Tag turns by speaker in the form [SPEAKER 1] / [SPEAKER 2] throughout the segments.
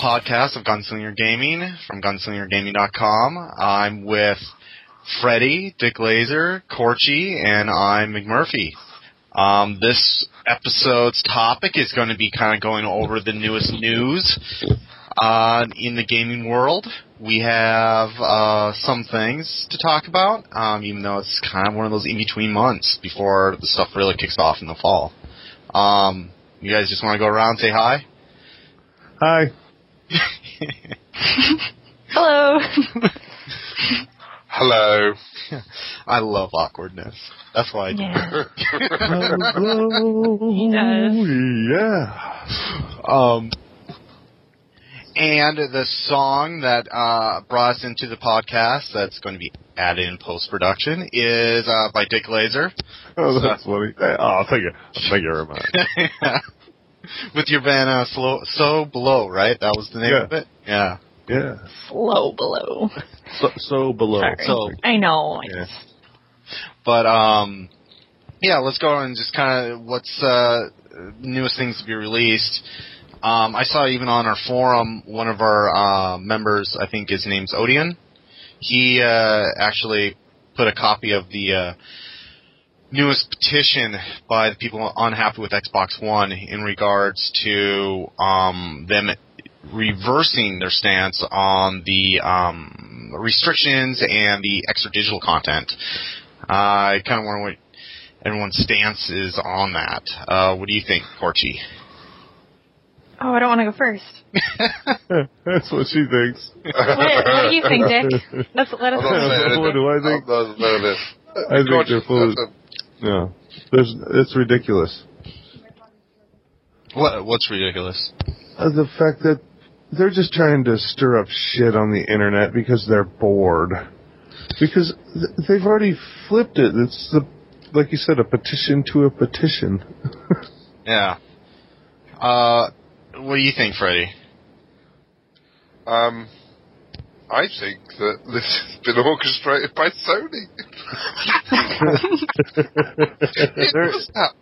[SPEAKER 1] podcast of Gunslinger Gaming from gunslingergaming.com. I'm with Freddie, Dick Laser, Corchi, and I'm McMurphy. Um, this episode's topic is going to be kind of going over the newest news uh, in the gaming world. We have uh, some things to talk about, um, even though it's kind of one of those in between months before the stuff really kicks off in the fall. Um, you guys just want to go around say hi?
[SPEAKER 2] Hi.
[SPEAKER 3] Hello.
[SPEAKER 1] Hello. I love awkwardness. That's why I do.
[SPEAKER 3] Yeah.
[SPEAKER 2] Oh, Hello.
[SPEAKER 1] Um,
[SPEAKER 2] Yeah.
[SPEAKER 1] and the song that uh, brought us into the podcast that's going to be added in post production is uh, by Dick Laser
[SPEAKER 2] Oh, that's funny. Oh, thank you. Thank you very much.
[SPEAKER 1] with your band uh, Slow, So Below, right? That was the name
[SPEAKER 2] Yeah.
[SPEAKER 1] of it? Yeah.
[SPEAKER 2] Yeah.
[SPEAKER 3] Slow below.
[SPEAKER 2] So, so below.
[SPEAKER 3] Sorry.
[SPEAKER 1] So-
[SPEAKER 3] I know.
[SPEAKER 2] Yeah.
[SPEAKER 1] But um, yeah, let's go and just kind of what's uh, newest things to be released. Um, I saw even on our forum one of our uh, members, I think his name's Odeon. He uh, actually put a copy of the uh, newest petition by the people unhappy with Xbox One in regards to um, them reversing their stance on the um, restrictions and the extra digital content. Uh, I kind of wonder what everyone's stance is on that. Uh, what do you think, Corchi?
[SPEAKER 3] Oh, I don't want to go first.
[SPEAKER 2] That's what she thinks.
[SPEAKER 3] What, what do you think, Dick? Let's let us
[SPEAKER 4] Hold on a
[SPEAKER 3] know.
[SPEAKER 4] second.
[SPEAKER 2] what do I think?
[SPEAKER 4] Those- those- those-
[SPEAKER 2] I think they're full of,
[SPEAKER 4] that's
[SPEAKER 2] no. There's, it's ridiculous.
[SPEAKER 1] What What's ridiculous?
[SPEAKER 2] Uh, the fact that they're just trying to stir up shit on the internet because they're bored. Because th- they've already flipped it. It's the, like you said, a petition to a petition.
[SPEAKER 1] Yeah. Uh, what do you think, Freddie?
[SPEAKER 4] a- um, I think that this has been orchestrated by Sony. It
[SPEAKER 2] There-
[SPEAKER 4] was not.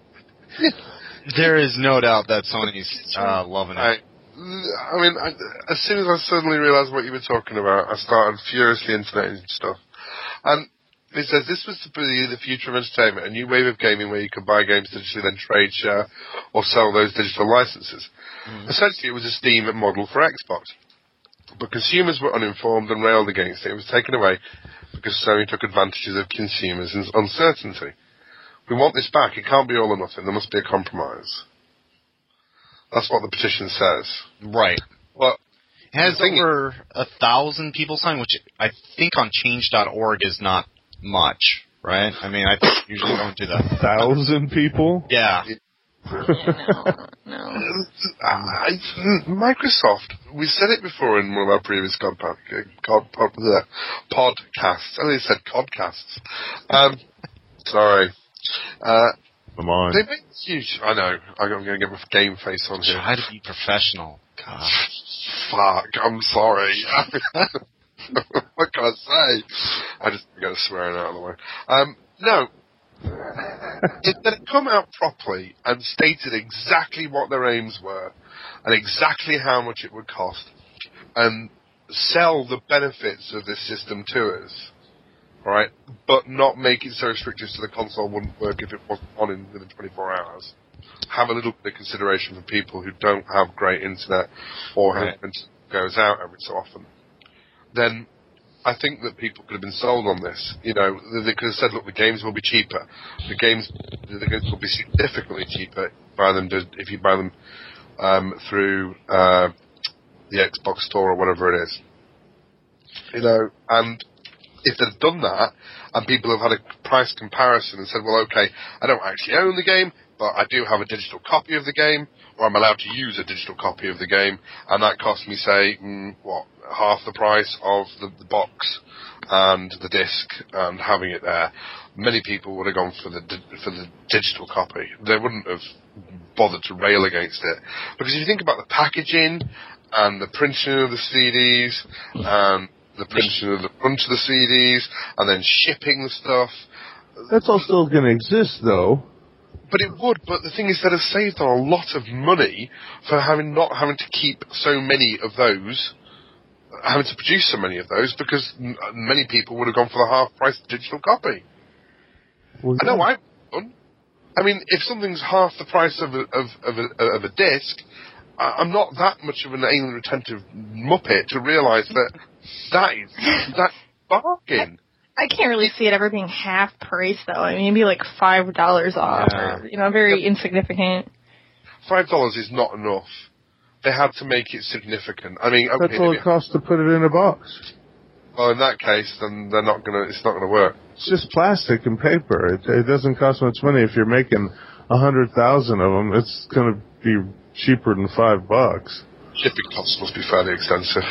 [SPEAKER 1] There is no doubt that Sony's uh, loving it.
[SPEAKER 4] I, I mean, I, as soon as I suddenly realised what you were talking about, I started furiously interneting stuff. And it says this was to be the future of entertainment, a new wave of gaming where you can buy games digitally, then trade, share, or sell those digital licenses. Essentially, it was a Steam model for Xbox. But consumers were uninformed and railed against it. It was taken away because Sony took advantages of consumers' uncertainty. We want this back. It can't be all or nothing. There must be a compromise. That's what the petition says.
[SPEAKER 1] Right.
[SPEAKER 4] Well,
[SPEAKER 1] It has
[SPEAKER 4] the thing is-
[SPEAKER 1] over a thousand people sign, which I think on Change.org is not much, right? I mean, I think you usually don't do that.
[SPEAKER 2] thousand people.
[SPEAKER 1] Yeah.
[SPEAKER 3] No,
[SPEAKER 4] I, Microsoft, we said it before in one of our previous cod, pod, cod, pod, bleh, uh, podcasts. I think said codcasts. Um, sorry. Uh,
[SPEAKER 2] Come on.
[SPEAKER 4] they make huge. I know. I'm going to get my game face on here.
[SPEAKER 1] Try to be professional. God.
[SPEAKER 4] Fuck. I'm sorry. what can I say? I just got swearing out of the way. Um, no. if they'd come out properly and stated exactly what their aims were and exactly how much it would cost and sell the benefits of this system to us, right? But not make it so restrictive so the console wouldn't work if it wasn't on in within 24 hours. Have a little bit of consideration for people who don't have great internet or
[SPEAKER 1] Right.
[SPEAKER 4] have internet goes out every so often. Then I think that people could have been sold on this. You know, th- they could have said, look, the games will be cheaper. The games, the games will be significantly cheaper if you buy them to- if you buy them um, through uh, the Xbox Store or whatever it is. You know, and if they've done that, and people have had a price comparison and said, well, okay, I don't actually own the game, but I do have a digital copy of the game, or I'm allowed to use a digital copy of the game, and that cost me, say, mm, what, half the price of the, the box and the disc and having it there. Many people would have gone for the di- for the digital copy. They wouldn't have bothered to rail against it because if you think about the packaging and the printing of the CDs and the printing of the front of the CDs and then shipping the stuff,
[SPEAKER 2] That's all still going to exist, though.
[SPEAKER 4] But it would. But the thing is, they'd have saved on a lot of money for having not having to keep so many of those, having to produce so many of those, because m- many people would have gone for the half price digital copy.
[SPEAKER 2] Well,
[SPEAKER 4] I know
[SPEAKER 2] yeah.
[SPEAKER 4] I've done. I mean, if something's half the price of a, of, of a, of a disc, I- I'm not that much of an anal retentive muppet to realise that that is that bargain.
[SPEAKER 3] I can't really see it ever being half price though. I mean, maybe like five dollars off, or, you know, very insignificant.
[SPEAKER 4] Five dollars is not enough. They had to make it significant. I mean, okay,
[SPEAKER 2] That's all
[SPEAKER 4] maybe-
[SPEAKER 2] it costs to put it in a box.
[SPEAKER 4] well, in that case, then they're not gonna. It's not gonna work.
[SPEAKER 2] It's just plastic and paper. It, it doesn't cost much money if you're making a hundred thousand of them. It's going to be cheaper than five bucks.
[SPEAKER 4] Shipping costs must be fairly extensive.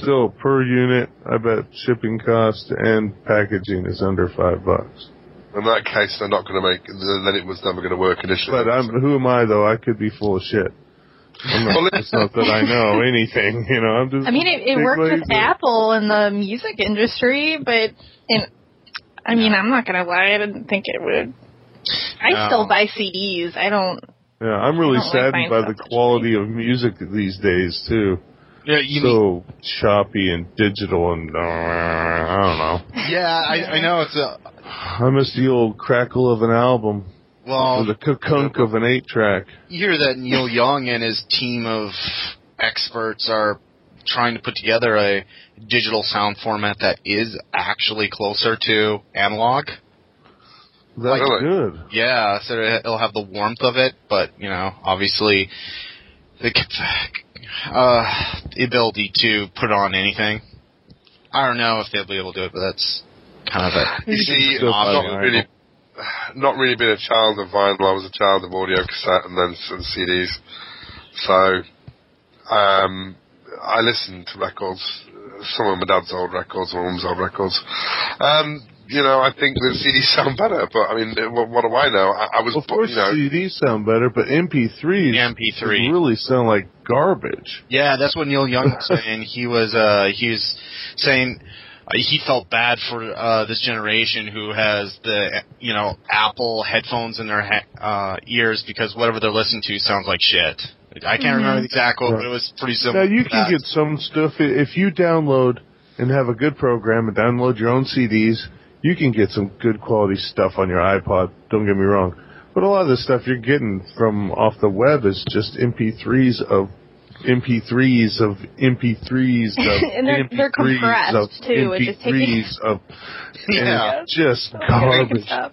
[SPEAKER 2] Still per unit, I bet shipping cost and packaging is under five bucks.
[SPEAKER 4] In that case, they're not gonna make. Then it was never gonna work initially.
[SPEAKER 2] But I'm who am I though? I could be full of shit. I'm
[SPEAKER 4] Well,
[SPEAKER 2] not,
[SPEAKER 4] it-
[SPEAKER 2] it's not that I know anything. You know, I'm just.
[SPEAKER 3] I mean, it, it
[SPEAKER 2] big
[SPEAKER 3] worked with
[SPEAKER 2] lazy.
[SPEAKER 3] Apple in the music industry, but in, I mean, I'm not gonna lie, I didn't think it would. I
[SPEAKER 1] No.
[SPEAKER 3] still buy CDs. I don't.
[SPEAKER 2] Yeah, I'm really
[SPEAKER 3] I don't like
[SPEAKER 2] saddened
[SPEAKER 3] buying
[SPEAKER 2] by
[SPEAKER 3] stuff
[SPEAKER 2] the
[SPEAKER 3] digitally.
[SPEAKER 2] quality of music these days too.
[SPEAKER 1] Yeah, you need-
[SPEAKER 2] so choppy and digital and uh, I don't know.
[SPEAKER 1] yeah, I, I know it's a
[SPEAKER 2] I miss the old crackle of an album
[SPEAKER 1] well.
[SPEAKER 2] or the kunk of an eight track.
[SPEAKER 1] You hear that Neil Young and his team of experts are trying to put together a digital sound format that is actually closer to analog.
[SPEAKER 2] That's
[SPEAKER 4] Really?
[SPEAKER 2] good.
[SPEAKER 1] Yeah, so it'll have the warmth of it, but you know, obviously, the c- uh, the ability to put on anything. I don't know if they'll be able to do it, but that's kind of it.
[SPEAKER 4] You see,
[SPEAKER 2] Still
[SPEAKER 4] I've
[SPEAKER 2] buy
[SPEAKER 4] not
[SPEAKER 2] vinyl.
[SPEAKER 4] really, not really been a child of vinyl. I was a child of audio cassette and then some CDs. So, um, I listened to records, some of my dad's old records, my mum's old records. Um, you know, I think the CDs sound better, but I mean, what, what do I know? I, I was,
[SPEAKER 2] Of course,
[SPEAKER 4] you know,
[SPEAKER 2] CDs sound better, but MP3s
[SPEAKER 1] MP3.
[SPEAKER 2] really sound like garbage.
[SPEAKER 1] Yeah, that's what Neil Young was saying. He was uh, he was saying uh, he felt bad for uh, this generation who has the you know Apple headphones in their he- uh, ears because whatever they're listening to sounds like shit. I can't remember the exact quote, but it was pretty
[SPEAKER 2] Mm-hmm. Now
[SPEAKER 1] similar.
[SPEAKER 2] you
[SPEAKER 1] to
[SPEAKER 2] can
[SPEAKER 1] that.
[SPEAKER 2] get some stuff i- if you download and have a good program and download your own CDs. You can get some good quality stuff on your iPod. Don't get me wrong, but a lot of the stuff you're getting from off the web is just MP3s of MP3s of MP3s of
[SPEAKER 3] And they're-
[SPEAKER 2] MP3s
[SPEAKER 3] they're
[SPEAKER 2] of
[SPEAKER 3] compressed, too, which is taking-
[SPEAKER 2] MP3s of
[SPEAKER 1] Yeah.
[SPEAKER 2] and just
[SPEAKER 3] Breaking
[SPEAKER 2] garbage.
[SPEAKER 3] stuff.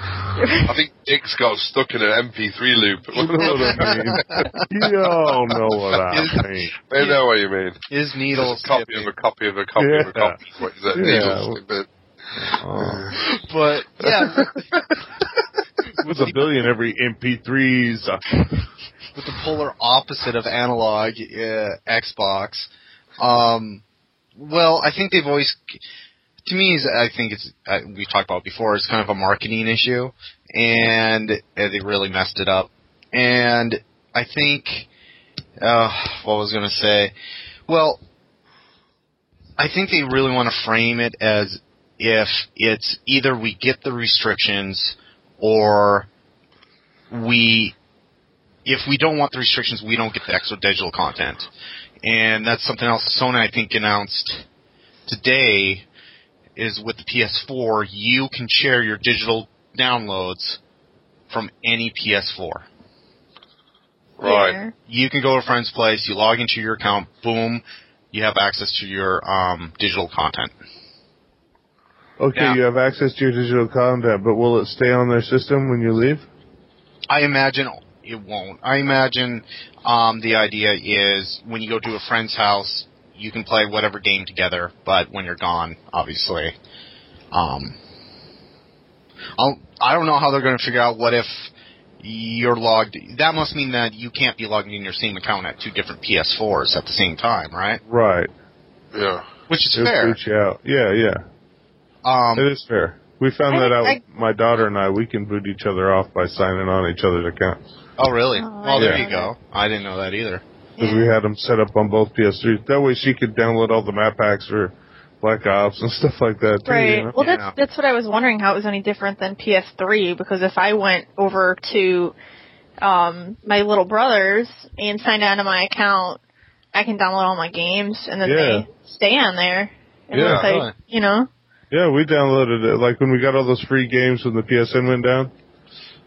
[SPEAKER 4] I think Dick's got stuck in an MP3 loop.
[SPEAKER 2] You know what I mean? You all know what I mean.
[SPEAKER 4] they know what you mean.
[SPEAKER 1] his
[SPEAKER 4] Just
[SPEAKER 1] needles
[SPEAKER 4] a copy of
[SPEAKER 1] dipping.
[SPEAKER 4] a copy of a copy of a
[SPEAKER 2] Yeah.
[SPEAKER 4] copy. What is it?
[SPEAKER 2] Yeah.
[SPEAKER 4] Needles, but-
[SPEAKER 2] Oh.
[SPEAKER 1] but yeah,
[SPEAKER 2] With a billion every MP3s.
[SPEAKER 1] with the polar opposite of analog uh, Xbox. Um, well, I think they've always, to me, is I think it's uh, we talked about it before. It's kind of a marketing issue, and uh, they really messed it up. And I think, uh, what was I gonna say? Well, I think they really want to frame it as if it's either we get the restrictions or we if we don't want the restrictions, we don't get the extra digital content. And that's something else that Sony, I think, announced today is with the PS4, you can share your digital downloads from any PS4.
[SPEAKER 4] Right.
[SPEAKER 3] Yeah.
[SPEAKER 1] You can go to a friend's place, you log into your account, boom, you have access to your um, digital content.
[SPEAKER 2] Okay,
[SPEAKER 1] Yeah.
[SPEAKER 2] you have access to your digital content, but will it stay on their system when you leave?
[SPEAKER 1] I imagine it won't. I imagine um, the idea is when you go to a friend's house, you can play whatever game together, but when you're gone, obviously. Um, I'll, I don't know how they're going to figure out what if you're logged. That must mean that you can't be logged in your same account at two different PS4s at the same time, right?
[SPEAKER 2] Right.
[SPEAKER 4] Yeah.
[SPEAKER 1] Which is
[SPEAKER 2] It'll
[SPEAKER 1] fair.
[SPEAKER 2] boot you out. Yeah, yeah.
[SPEAKER 1] Um,
[SPEAKER 2] It is fair. We found
[SPEAKER 3] I
[SPEAKER 2] that
[SPEAKER 3] think
[SPEAKER 2] out.
[SPEAKER 3] I-
[SPEAKER 2] with my daughter and I, we can boot each other off by signing on each other's accounts
[SPEAKER 1] oh, really?
[SPEAKER 3] Oh,
[SPEAKER 1] well, there
[SPEAKER 2] yeah.
[SPEAKER 1] you go. I didn't know that either.
[SPEAKER 2] because we had them set up on both PS3s. That way, she could download all the map packs for Black Ops and stuff like that. Too,
[SPEAKER 3] Right.
[SPEAKER 2] You know?
[SPEAKER 3] Well,
[SPEAKER 1] Yeah.
[SPEAKER 3] that's that's what I was wondering how it was any different than PS3 because if I went over to um my little brother's and signed onto my account, I can download all my games and then
[SPEAKER 2] Yeah.
[SPEAKER 3] they stay on there. And
[SPEAKER 2] Yeah,
[SPEAKER 3] it's like,
[SPEAKER 1] really.
[SPEAKER 3] you know,
[SPEAKER 2] Yeah, we downloaded it. Like when we got all those free games when the PSN went down,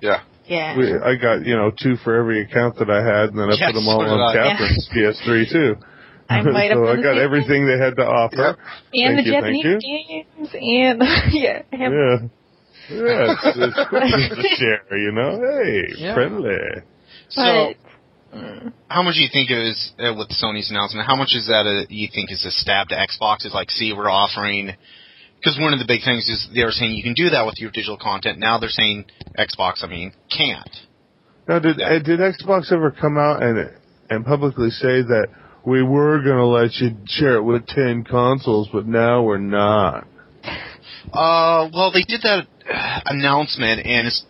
[SPEAKER 4] Yeah.
[SPEAKER 3] yeah.
[SPEAKER 2] we, I got you know two for every account that I had, and then I
[SPEAKER 1] Yes,
[SPEAKER 2] put them all
[SPEAKER 1] so did
[SPEAKER 2] on
[SPEAKER 1] I.
[SPEAKER 2] Catherine's PS3 too.
[SPEAKER 3] I might have
[SPEAKER 2] so I
[SPEAKER 3] done
[SPEAKER 2] got
[SPEAKER 3] the-
[SPEAKER 2] everything they had to offer.
[SPEAKER 3] and
[SPEAKER 2] Thank
[SPEAKER 3] the
[SPEAKER 2] you, thank
[SPEAKER 3] Japanese games and yeah, I have
[SPEAKER 2] Yeah. Yeah, it's, it's cool to share, you know. Hey,
[SPEAKER 1] Yeah.
[SPEAKER 2] friendly.
[SPEAKER 1] So,
[SPEAKER 3] but, mm,
[SPEAKER 1] how much do you think it is uh, with Sony's announcement? How much is that uh you think is a stab to Xbox? Is like, see, we're offering because one of the big things is they were saying you can do that with your digital content. Now they're saying Xbox, I mean, can't.
[SPEAKER 2] Now, did uh, did Xbox ever come out and and publicly say that we were going to let you share it with ten consoles, but now we're not?
[SPEAKER 1] Uh, well, they did that uh, announcement, and it's,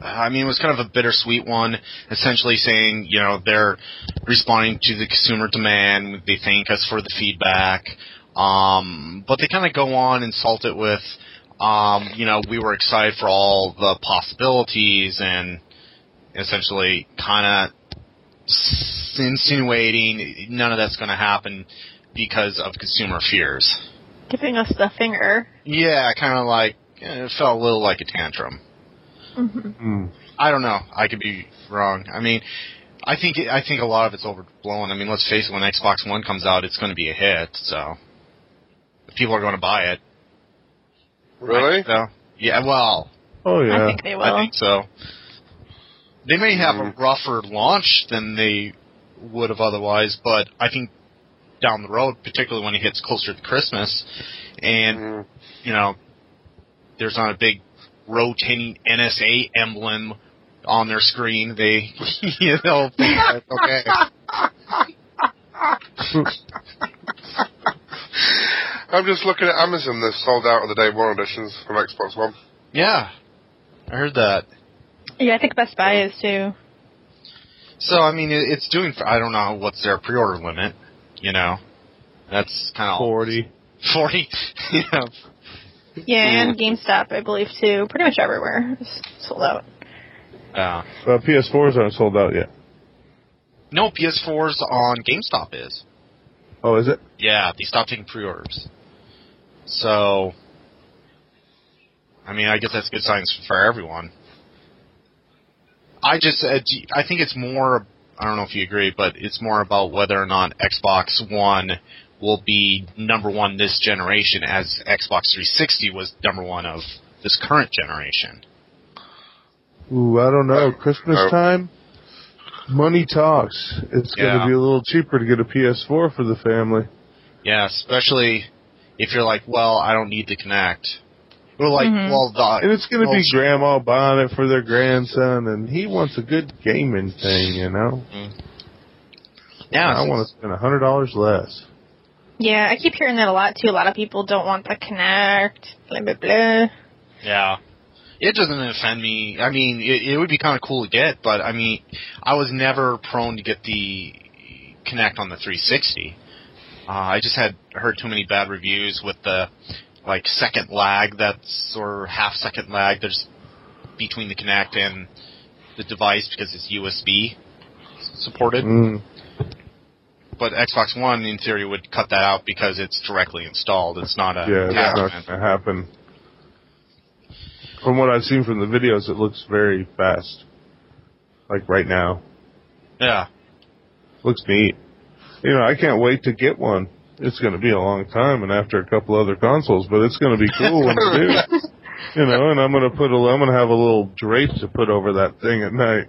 [SPEAKER 1] I mean, it was kind of a bittersweet one, essentially saying, you know, they're responding to the consumer demand. They thank us for the feedback. Um, but they kind of go on and salt it with, um, you know, we were excited for all the possibilities and essentially kind of insinuating none of that's going to happen because of consumer fears.
[SPEAKER 3] giving us the finger.
[SPEAKER 1] Yeah, kind of like eh, it felt a little like a tantrum.
[SPEAKER 3] hmm
[SPEAKER 2] Hmm.
[SPEAKER 1] I don't know. I could be wrong. I mean, I think I think a lot of it's overblown. I mean, let's face it. When Xbox One comes out, it's going to be a hit. So people are going to buy it.
[SPEAKER 4] Really?
[SPEAKER 1] So yeah. Well,
[SPEAKER 2] Oh yeah.
[SPEAKER 3] I think they will.
[SPEAKER 1] I think so. They may have a
[SPEAKER 4] Mm.
[SPEAKER 1] rougher launch than they would have otherwise, but I think down the road, particularly when it hits closer to Christmas, and
[SPEAKER 4] Mm.
[SPEAKER 1] you know, there's not a big rotating NSA emblem on their screen. They, you know, think that's okay.
[SPEAKER 4] I'm just looking at Amazon. They've sold out of the day one editions from Xbox One.
[SPEAKER 1] Yeah, I heard that.
[SPEAKER 3] Yeah, I think Best Buy is too.
[SPEAKER 1] So I mean, it, it's doing. I don't know what's their pre-order limit. You know, that's kind of
[SPEAKER 2] Forty.
[SPEAKER 1] forty. you know,
[SPEAKER 3] Yeah, and GameStop, I believe too. Pretty much everywhere is sold out.
[SPEAKER 1] uh,
[SPEAKER 2] Well, PS4s aren't sold out yet.
[SPEAKER 1] no PS4s on GameStop is.
[SPEAKER 2] Oh, is it?
[SPEAKER 1] Yeah, they stopped taking pre-orders. So, I mean, I guess that's good signs for everyone. I just, uh, do- I think it's more. I don't know if you agree, but it's more about whether or not Xbox One will be number one this generation, as Xbox 360 was number one of this current generation.
[SPEAKER 2] Ooh, I don't know. Christmas
[SPEAKER 4] Oh.
[SPEAKER 2] time. Money talks. It's going
[SPEAKER 1] Yeah.
[SPEAKER 2] to be a little cheaper to get a PS4 for the family.
[SPEAKER 1] Yeah, especially if you're like, well, I don't need to connect. Or like,
[SPEAKER 3] Mhm.
[SPEAKER 1] well, the
[SPEAKER 2] And it's going to
[SPEAKER 1] Well,
[SPEAKER 2] be
[SPEAKER 1] she-
[SPEAKER 2] grandma buying it for their grandson, and he wants a good gaming thing, you know.
[SPEAKER 1] yeah,
[SPEAKER 2] I want to spend a hundred dollars less.
[SPEAKER 3] Yeah, I keep hearing that a lot too. A lot of people don't want the Connect. Blah blah blah.
[SPEAKER 1] Yeah. It doesn't offend me. I mean, it, it would be kind of cool to get, but I mean, I was never prone to get the Connect on the 360. Uh, I just had heard too many bad reviews with the like second lag that's or half second lag there's between the Connect and the device because it's USB supported.
[SPEAKER 2] Mm. Mm-hmm.
[SPEAKER 1] But Xbox One in theory would cut that out because it's directly installed. It's not a
[SPEAKER 2] Yeah, that's not
[SPEAKER 1] attachment.
[SPEAKER 2] going to happen. From what I've seen from the videos, it looks very fast. Like right now,
[SPEAKER 1] yeah.
[SPEAKER 2] looks neat. You know, I can't wait to get one. It's going to be a long time, and after a couple other consoles, but it's going to be cool when I do. You know, and I'm going to put a, I'm going to have a little drape to put over that thing at night.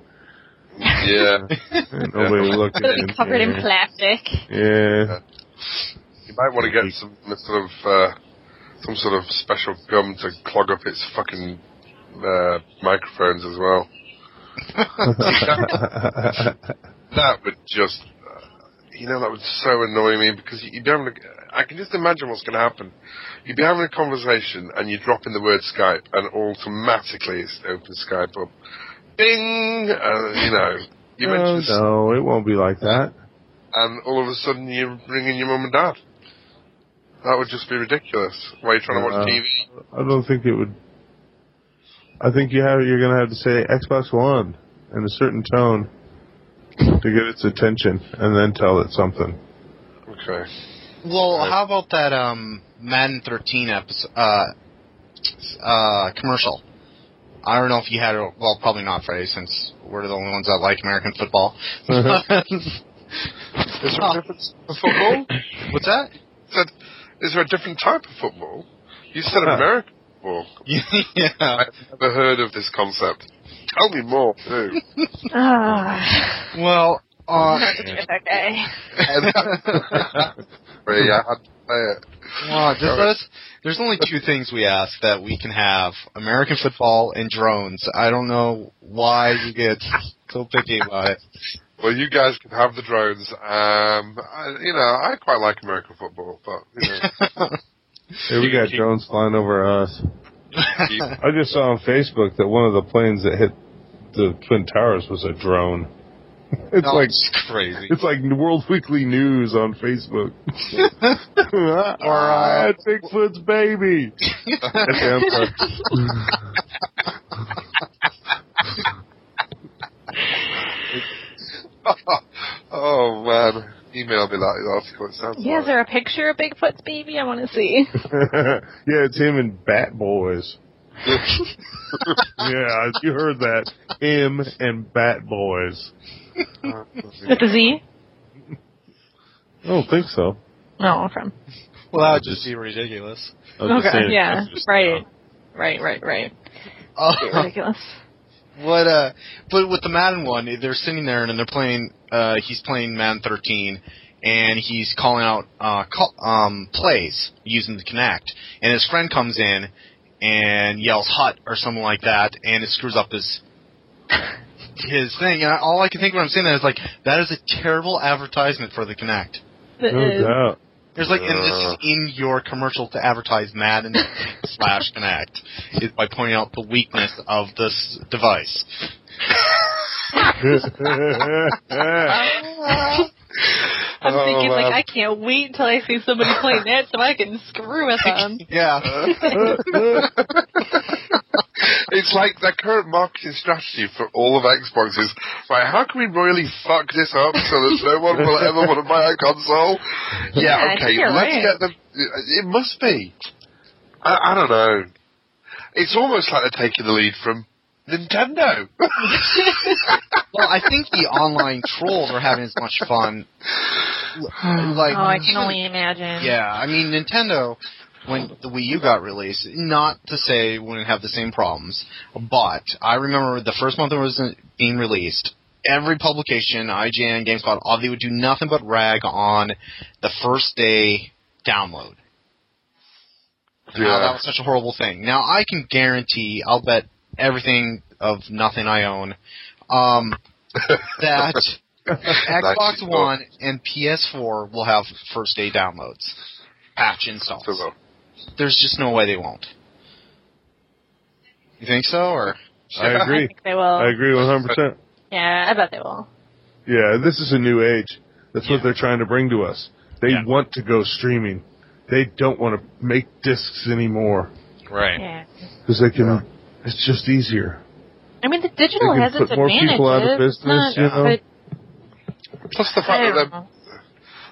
[SPEAKER 4] Yeah.
[SPEAKER 2] Ain't nobody looking.
[SPEAKER 3] It'll be
[SPEAKER 2] in
[SPEAKER 3] covered in
[SPEAKER 2] there.
[SPEAKER 3] plastic.
[SPEAKER 2] Yeah.
[SPEAKER 4] You might want to get some sort of uh, some sort of special gum to clog up its fucking uh, microphones as well. That would just, uh, you know, that would so annoy me because you, you'd be having. A, I can just imagine what's going to happen. You'd be having a conversation and you drop in the word Skype, and automatically it's open Skype up. Ding, uh, you know. You
[SPEAKER 2] oh,
[SPEAKER 4] mentioned,
[SPEAKER 2] no, it won't be like that.
[SPEAKER 4] and all of a sudden you're ringing your mum and dad. That would just be ridiculous. Why are you trying to watch
[SPEAKER 2] Yeah.
[SPEAKER 4] TV?
[SPEAKER 2] I don't think it would. I think you have you're gonna have to say Xbox One in a certain tone to get its attention, and then tell it something.
[SPEAKER 4] Okay.
[SPEAKER 1] Well,
[SPEAKER 4] Right.
[SPEAKER 1] how about that um, Madden 13 episode, uh, uh, commercial? I don't know if you had it. Well, probably not, Freddie, since we're the only ones that like American football.
[SPEAKER 4] Is there a difference of football?
[SPEAKER 1] Mm-hmm. What's that?
[SPEAKER 4] said, is there a different type of football? You said
[SPEAKER 2] Huh.
[SPEAKER 4] American football.
[SPEAKER 1] yeah.
[SPEAKER 4] I've never heard of this concept. Tell me more, too.
[SPEAKER 3] Ah,
[SPEAKER 1] Well, uh,
[SPEAKER 3] okay.
[SPEAKER 4] Really, I had to say it.
[SPEAKER 1] well, just let us. There's only two things we ask that we can have: American football and drones. I don't know why you get so picky about it.
[SPEAKER 4] Well, you guys can have the drones. Um, I, you know, I quite like American football, but you know,
[SPEAKER 2] Here we got drones flying over us.
[SPEAKER 4] you-
[SPEAKER 2] I just saw on Facebook that one of the planes that hit the twin towers was a drone. It's
[SPEAKER 1] No,
[SPEAKER 2] like
[SPEAKER 1] it's crazy.
[SPEAKER 2] it's like World Weekly News on Facebook.
[SPEAKER 1] Or, uh,
[SPEAKER 2] ah, it's Bigfoot's baby. That's the answer.
[SPEAKER 4] oh man, email me that article. It sounds
[SPEAKER 3] Yeah, is
[SPEAKER 4] like.
[SPEAKER 3] there a picture of Bigfoot's baby? I want to see.
[SPEAKER 2] yeah, it's him and Bat Boys. yeah, you heard that. Him and Bat Boys.
[SPEAKER 3] With the Z?
[SPEAKER 2] I don't think so.
[SPEAKER 3] No, from.
[SPEAKER 1] well, that would just be ridiculous.
[SPEAKER 2] I was just
[SPEAKER 3] Okay,
[SPEAKER 2] saying-
[SPEAKER 3] yeah,
[SPEAKER 2] just- uh,
[SPEAKER 3] right. Right, right, right.
[SPEAKER 1] Uh,
[SPEAKER 3] Ridiculous.
[SPEAKER 1] What uh but with the Madden one, they're sitting there and they're playing uh he's playing Madden 13 and he's calling out uh call, um plays using the Kinect and his friend comes in and yells hut or something like that and it screws up his his thing and I, all I can think when I'm saying that is like that is a terrible advertisement for the Kinect.
[SPEAKER 3] That
[SPEAKER 2] No
[SPEAKER 3] is-
[SPEAKER 2] doubt.
[SPEAKER 1] There's like and this is in your commercial to advertise Madden slash Connect is by pointing out the weakness of this device.
[SPEAKER 3] Oh. I'm
[SPEAKER 4] Oh,
[SPEAKER 3] thinking
[SPEAKER 4] man.
[SPEAKER 3] like I can't wait till I see somebody playing that so I can screw with them.
[SPEAKER 1] Yeah.
[SPEAKER 4] It's like their current marketing strategy for all of Xbox is right. How can we royally fuck this up so that no one will ever want to buy a console?
[SPEAKER 3] Yeah, I
[SPEAKER 4] Yeah, okay.
[SPEAKER 3] think you're
[SPEAKER 4] Let's
[SPEAKER 3] right.
[SPEAKER 4] get them. It must be. I, I don't know. It's almost like they're taking the lead from Nintendo.
[SPEAKER 1] Well, I think the online trolls are having as much fun. L- Like,
[SPEAKER 3] Oh, I can
[SPEAKER 1] even-
[SPEAKER 3] only imagine.
[SPEAKER 1] Yeah, I mean Nintendo when the Wii U got released, not to say it wouldn't have the same problems, but I remember the first month it was being released, every publication, IGN, GameSpot, all they would do nothing but rag on the first day download. How that was such a horrible thing. Now I can guarantee, I'll bet everything of nothing I own, um, that Xbox
[SPEAKER 4] Nice.
[SPEAKER 1] One and PS4 will have first day downloads, patch installs.
[SPEAKER 4] So, well,
[SPEAKER 1] There's just no way they won't. You think so, or
[SPEAKER 2] I
[SPEAKER 3] I
[SPEAKER 2] agree.
[SPEAKER 3] think they will.
[SPEAKER 2] I agree 100%.
[SPEAKER 3] Yeah, I bet they will.
[SPEAKER 2] Yeah, this is a new age. That's what
[SPEAKER 1] Yeah.
[SPEAKER 2] they're trying to bring to us. They
[SPEAKER 1] Yeah.
[SPEAKER 2] want to go streaming. They don't want to make discs anymore
[SPEAKER 1] right?
[SPEAKER 3] Yeah.
[SPEAKER 2] because they can. It's just easier.
[SPEAKER 3] I mean, the digital
[SPEAKER 2] They
[SPEAKER 3] has
[SPEAKER 2] could
[SPEAKER 3] its
[SPEAKER 2] put more
[SPEAKER 3] advantages.
[SPEAKER 2] people out of business,
[SPEAKER 3] Not-
[SPEAKER 2] you know?
[SPEAKER 3] but-
[SPEAKER 4] plus the
[SPEAKER 3] I
[SPEAKER 4] fact
[SPEAKER 3] don't
[SPEAKER 4] that they're,
[SPEAKER 3] know.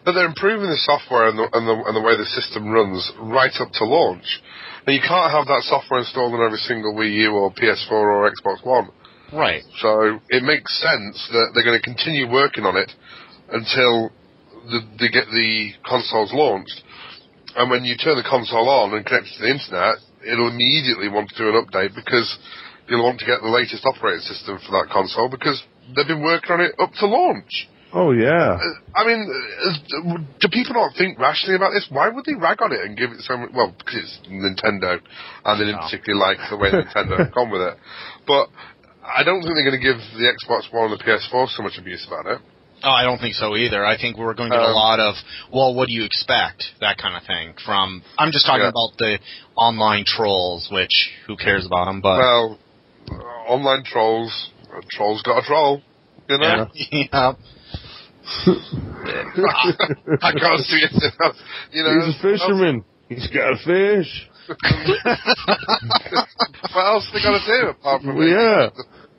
[SPEAKER 4] that they're improving the software and the, and the and the way the system runs right up to launch. Now you can't have that software installed on every single Wii U or PS4 or Xbox One.
[SPEAKER 1] Right.
[SPEAKER 4] So it makes sense that they're going to continue working on it until the, they get the consoles launched. And when you turn the console on and connect it to the internet, it'll immediately want to do an update because you'll want to get the latest operating system for that console because they've been working on it up to launch.
[SPEAKER 2] Oh yeah,
[SPEAKER 4] Uh, I mean, uh, do people not think rationally about this? Why would they rag on it and give it so much? Well, because it's Nintendo, and they didn't
[SPEAKER 1] No.
[SPEAKER 4] particularly like the way Nintendo had gone with it. But I don't think they're going to give the Xbox One and the PS4 so much abuse about it.
[SPEAKER 1] Oh, I don't think so either. I think we're going to get a
[SPEAKER 4] Um,
[SPEAKER 1] lot of, well, what do you expect? That kind of thing. From I'm just talking
[SPEAKER 4] Yeah.
[SPEAKER 1] about the online trolls, which who cares about them? But
[SPEAKER 4] well, uh, online trolls, a trolls got a troll, you know.
[SPEAKER 1] yeah. Yeah.
[SPEAKER 4] I can't see it enough. You know,
[SPEAKER 2] He's a fisherman. He's got a fish.
[SPEAKER 4] what else they got to do apart from it?
[SPEAKER 2] Yeah.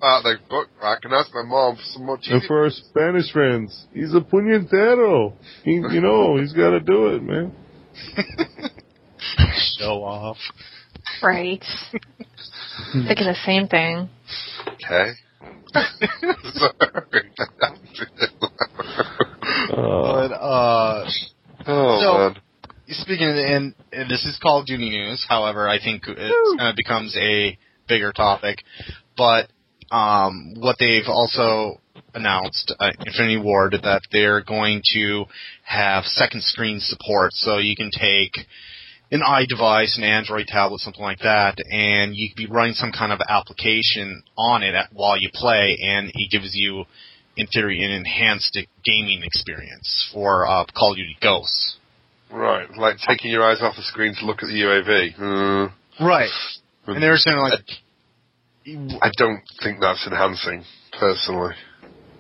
[SPEAKER 4] Uh, they book rack and ask my mom for some more cheese.
[SPEAKER 2] And for our Spanish friends, he's a puñetero. He, you know, he's got to do it, man.
[SPEAKER 1] Show off.
[SPEAKER 3] Right.
[SPEAKER 2] Hmm.
[SPEAKER 3] Thinking the same thing.
[SPEAKER 4] Okay. Sorry.
[SPEAKER 2] Uh,
[SPEAKER 1] But uh,
[SPEAKER 4] oh
[SPEAKER 1] So-
[SPEAKER 4] man.
[SPEAKER 1] speaking, of, and, and this is Call of Duty news. However, I think it kind of becomes a bigger topic. But um, what they've also announced, uh, Infinity Ward, that they're going to have second screen support, so you can take an iDevice, an Android tablet, something like that, and you can be running some kind of application on it at, while you play, and it gives you, in theory, an enhanced gaming experience for uh, Call of Duty Ghosts.
[SPEAKER 4] Right, like taking your eyes off the screen to look at the UAV. Uh,
[SPEAKER 1] Right. And they were saying like,
[SPEAKER 4] I don't think that's enhancing, personally.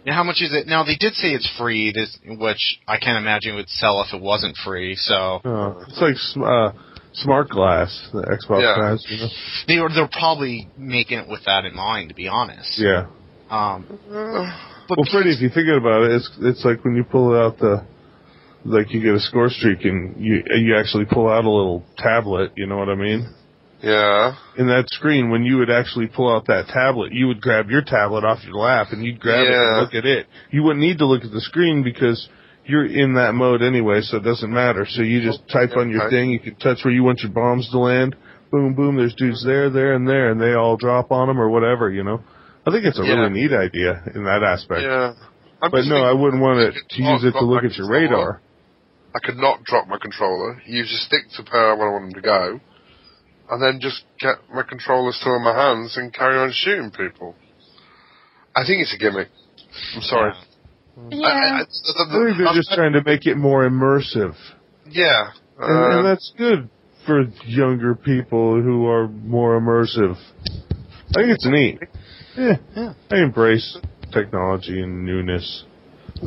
[SPEAKER 1] now how much is it? Now they did say it's free, this, which I can't imagine it would sell if it wasn't free. So
[SPEAKER 2] uh, it's like sm- uh, smart glass, the Xbox
[SPEAKER 4] Yeah.
[SPEAKER 2] glass. You know?
[SPEAKER 1] they were they're probably making it with that in mind, to be honest.
[SPEAKER 2] Yeah.
[SPEAKER 1] Um, but
[SPEAKER 2] Well, Freddie, if you think about it, it's it's like when you pull out the, like you get a score streak and you you actually pull out a little tablet. You know what I mean?
[SPEAKER 4] Yeah.
[SPEAKER 2] In that screen, when you would actually pull out that tablet, you would grab your tablet off your lap and you'd grab it
[SPEAKER 4] Yeah.
[SPEAKER 2] and look at it. You wouldn't need to look at the screen because you're in that mode anyway, so it doesn't matter. So you just type on your
[SPEAKER 4] Okay.
[SPEAKER 2] thing, you can touch where you want your bombs to land. Boom, boom. There's dudes there, there, and there, and they all drop on them or whatever. You know. I think it's a
[SPEAKER 4] Yeah.
[SPEAKER 2] really neat idea in that aspect.
[SPEAKER 4] Yeah. I'm
[SPEAKER 2] But
[SPEAKER 4] just
[SPEAKER 2] no, I
[SPEAKER 4] thinking
[SPEAKER 2] wouldn't want it to
[SPEAKER 4] Oh,
[SPEAKER 2] use it to
[SPEAKER 4] oh,
[SPEAKER 2] look
[SPEAKER 4] I
[SPEAKER 2] at your
[SPEAKER 4] can scroll
[SPEAKER 2] radar.
[SPEAKER 4] I could not drop my controller, use the stick to pair where I want them to go, and then just get my controller still in my hands and carry on shooting people. I think it's a gimmick. I'm sorry.
[SPEAKER 3] Yeah.
[SPEAKER 4] I, I,
[SPEAKER 2] I
[SPEAKER 4] I,
[SPEAKER 2] think they're just trying to make it more immersive,
[SPEAKER 4] yeah.
[SPEAKER 2] and,
[SPEAKER 4] Um,
[SPEAKER 2] and that's good for younger people who are more immersive. I think it's neat. Yeah,
[SPEAKER 1] Yeah.
[SPEAKER 2] I embrace technology and newness.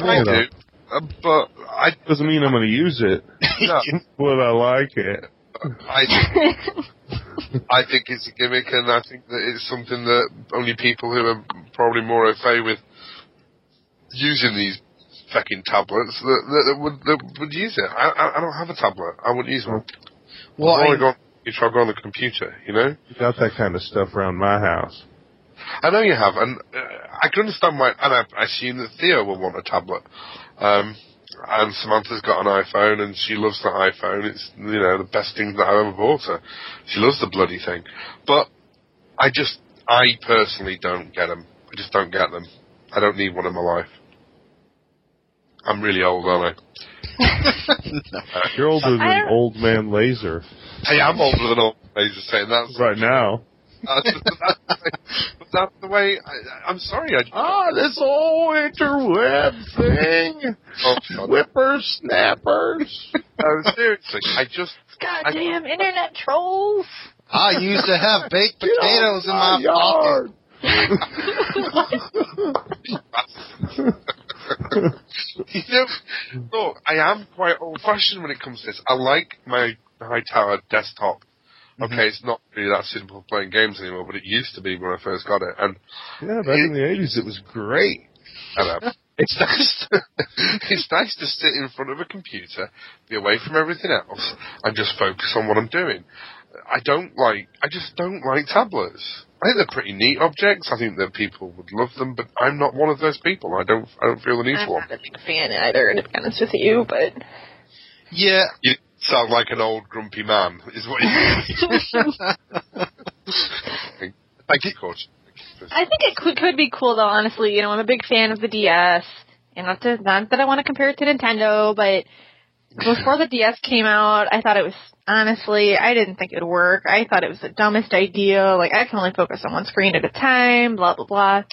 [SPEAKER 4] I
[SPEAKER 2] you know.
[SPEAKER 4] do. Uh, but I,
[SPEAKER 2] Doesn't mean I'm going to use it,
[SPEAKER 4] no,
[SPEAKER 2] but I like it.
[SPEAKER 4] I do. I think it's a gimmick, and I think that it's something that only people who are probably more au fait with using these fucking tablets that, that, that would that would use it. I, I, I don't have a tablet. I wouldn't use one.
[SPEAKER 1] well,
[SPEAKER 4] I've
[SPEAKER 1] I,
[SPEAKER 4] only got you try to go on the computer, you know.
[SPEAKER 2] You got that kind of stuff around my house.
[SPEAKER 4] I know you have, and uh, I can understand why. And I, I assume that Theo will want a tablet. Um, and Samantha's got an iPhone, and she loves the iPhone. It's you know the best thing that I ever bought her. She loves the bloody thing. But I just, I personally don't get them. I just don't get them. I don't need one in my life. I'm really old, aren't I?
[SPEAKER 2] You're older
[SPEAKER 3] I
[SPEAKER 2] than
[SPEAKER 3] don't-
[SPEAKER 2] old man laser
[SPEAKER 4] Hey, I'm older than old. I just saying that's
[SPEAKER 2] right now.
[SPEAKER 4] that's, that's, that's the way. I, I'm sorry. I,
[SPEAKER 2] Ah, this whole interweb thing.
[SPEAKER 4] oh, God.
[SPEAKER 2] Whippersnappers.
[SPEAKER 4] No, seriously, I just
[SPEAKER 3] Goddamn internet trolls.
[SPEAKER 1] I used to have baked potatoes in my pocket.
[SPEAKER 2] yard.
[SPEAKER 4] you know, look, I am quite old fashioned when it comes to this. I like my high tower desktop. Okay, it's not really that suitable for playing games anymore, but it used to be when I first got it. And
[SPEAKER 2] Yeah, back in the eighties, it was great.
[SPEAKER 4] I don't know, it's nice. To, it's nice to sit in front of a computer, be away from everything else, and just focus on what I'm doing. I don't like. I just don't like tablets. I think they're pretty neat objects. I think that people would love them, but I'm not one of those people. I don't. I don't feel the need
[SPEAKER 3] I'm
[SPEAKER 4] for one.
[SPEAKER 3] not a big fan either, to be honest with you, but
[SPEAKER 1] Yeah,
[SPEAKER 4] You sound like an old grumpy man, is what you Thank you, coach.
[SPEAKER 3] I think it could, could be cool though. Honestly, you know, I'm a big fan of the DS, and not, to, not that I want to compare it to Nintendo, but before the DS came out, I thought it was honestly, I didn't think it would work. I thought it was the dumbest idea. Like I can only focus on one screen at a time. Blah blah blah.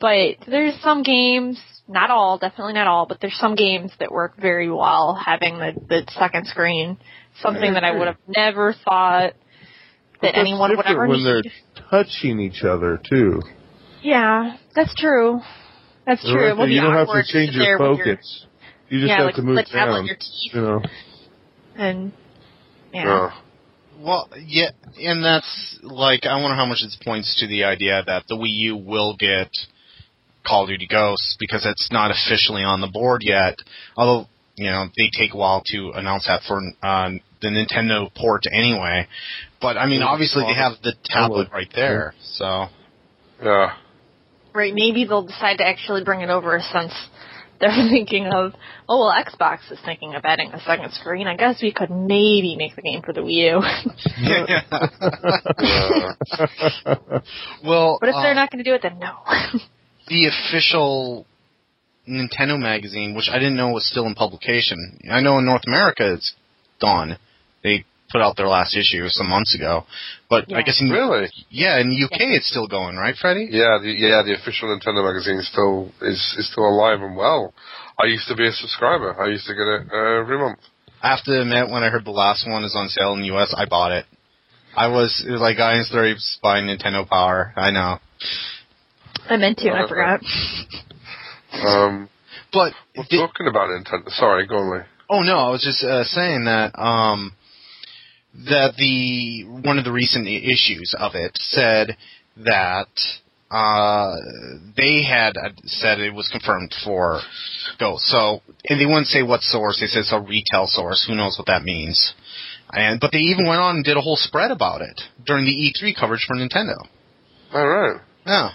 [SPEAKER 3] But there's some games, not all, definitely not all, but there's some games that work very well having the, the second screen. Something that I would have never thought that
[SPEAKER 2] That's
[SPEAKER 3] anyone would
[SPEAKER 2] different
[SPEAKER 3] ever
[SPEAKER 2] when
[SPEAKER 3] need.
[SPEAKER 2] they're touching each other too.
[SPEAKER 3] Yeah, that's true. That's
[SPEAKER 2] They're
[SPEAKER 3] true.
[SPEAKER 2] right
[SPEAKER 3] It will
[SPEAKER 2] there.
[SPEAKER 3] be
[SPEAKER 2] you don't have to
[SPEAKER 3] awkward
[SPEAKER 2] change
[SPEAKER 3] sit there
[SPEAKER 2] your
[SPEAKER 3] with your-
[SPEAKER 2] focus. You just
[SPEAKER 3] yeah,
[SPEAKER 2] have
[SPEAKER 3] like
[SPEAKER 2] to move
[SPEAKER 3] put tablet in
[SPEAKER 2] down.
[SPEAKER 3] your teeth
[SPEAKER 2] You know.
[SPEAKER 3] and yeah.
[SPEAKER 4] Yeah.
[SPEAKER 1] Well, yeah, and that's like I wonder how much this points to the idea that the Wii U will get Call of Duty Ghosts because it's not officially on the board yet. Although you know they take a while to announce that for uh, the Nintendo port anyway. But I mean, obviously they have the tablet right there, so
[SPEAKER 4] Yeah.
[SPEAKER 3] Right, maybe they'll decide to actually bring it over since they're thinking of, oh, well, Xbox is thinking of adding a second screen. I guess we could maybe make the game for the Wii U.
[SPEAKER 4] Yeah.
[SPEAKER 1] well,
[SPEAKER 3] but if
[SPEAKER 2] Oh.
[SPEAKER 3] they're
[SPEAKER 1] um,
[SPEAKER 3] not going to do it, then no.
[SPEAKER 1] the official Nintendo magazine, which I didn't know was still in publication. I know in North America it's gone. They put out their last issue some months ago, but I
[SPEAKER 3] Yeah.
[SPEAKER 1] guess in,
[SPEAKER 4] really?
[SPEAKER 1] yeah, in UK it's still going, right, Freddie?
[SPEAKER 4] Yeah, the, yeah. The official Nintendo magazine is still is, is still alive and well. I used to be a subscriber. I used to get it uh, every month.
[SPEAKER 1] I have to admit, when I heard the last one is on sale in the US, I bought it. I was it was like Guardians Three by Nintendo Power. I know,
[SPEAKER 3] I meant to, I forgot.
[SPEAKER 4] Um,
[SPEAKER 1] but
[SPEAKER 4] we're
[SPEAKER 1] the-
[SPEAKER 4] talking about Nintendo. Sorry, go on, Lee.
[SPEAKER 1] Oh no, I was just uh, saying that um, that the one of the recent i- issues of it said that uh, they had uh, said it was confirmed for Ghost. So and they wouldn't say what source. They said it's a retail source. Who knows what that means? And but they even went on and did a whole spread about it during the E3 coverage for Nintendo.
[SPEAKER 4] All right.
[SPEAKER 1] Yeah.
[SPEAKER 4] That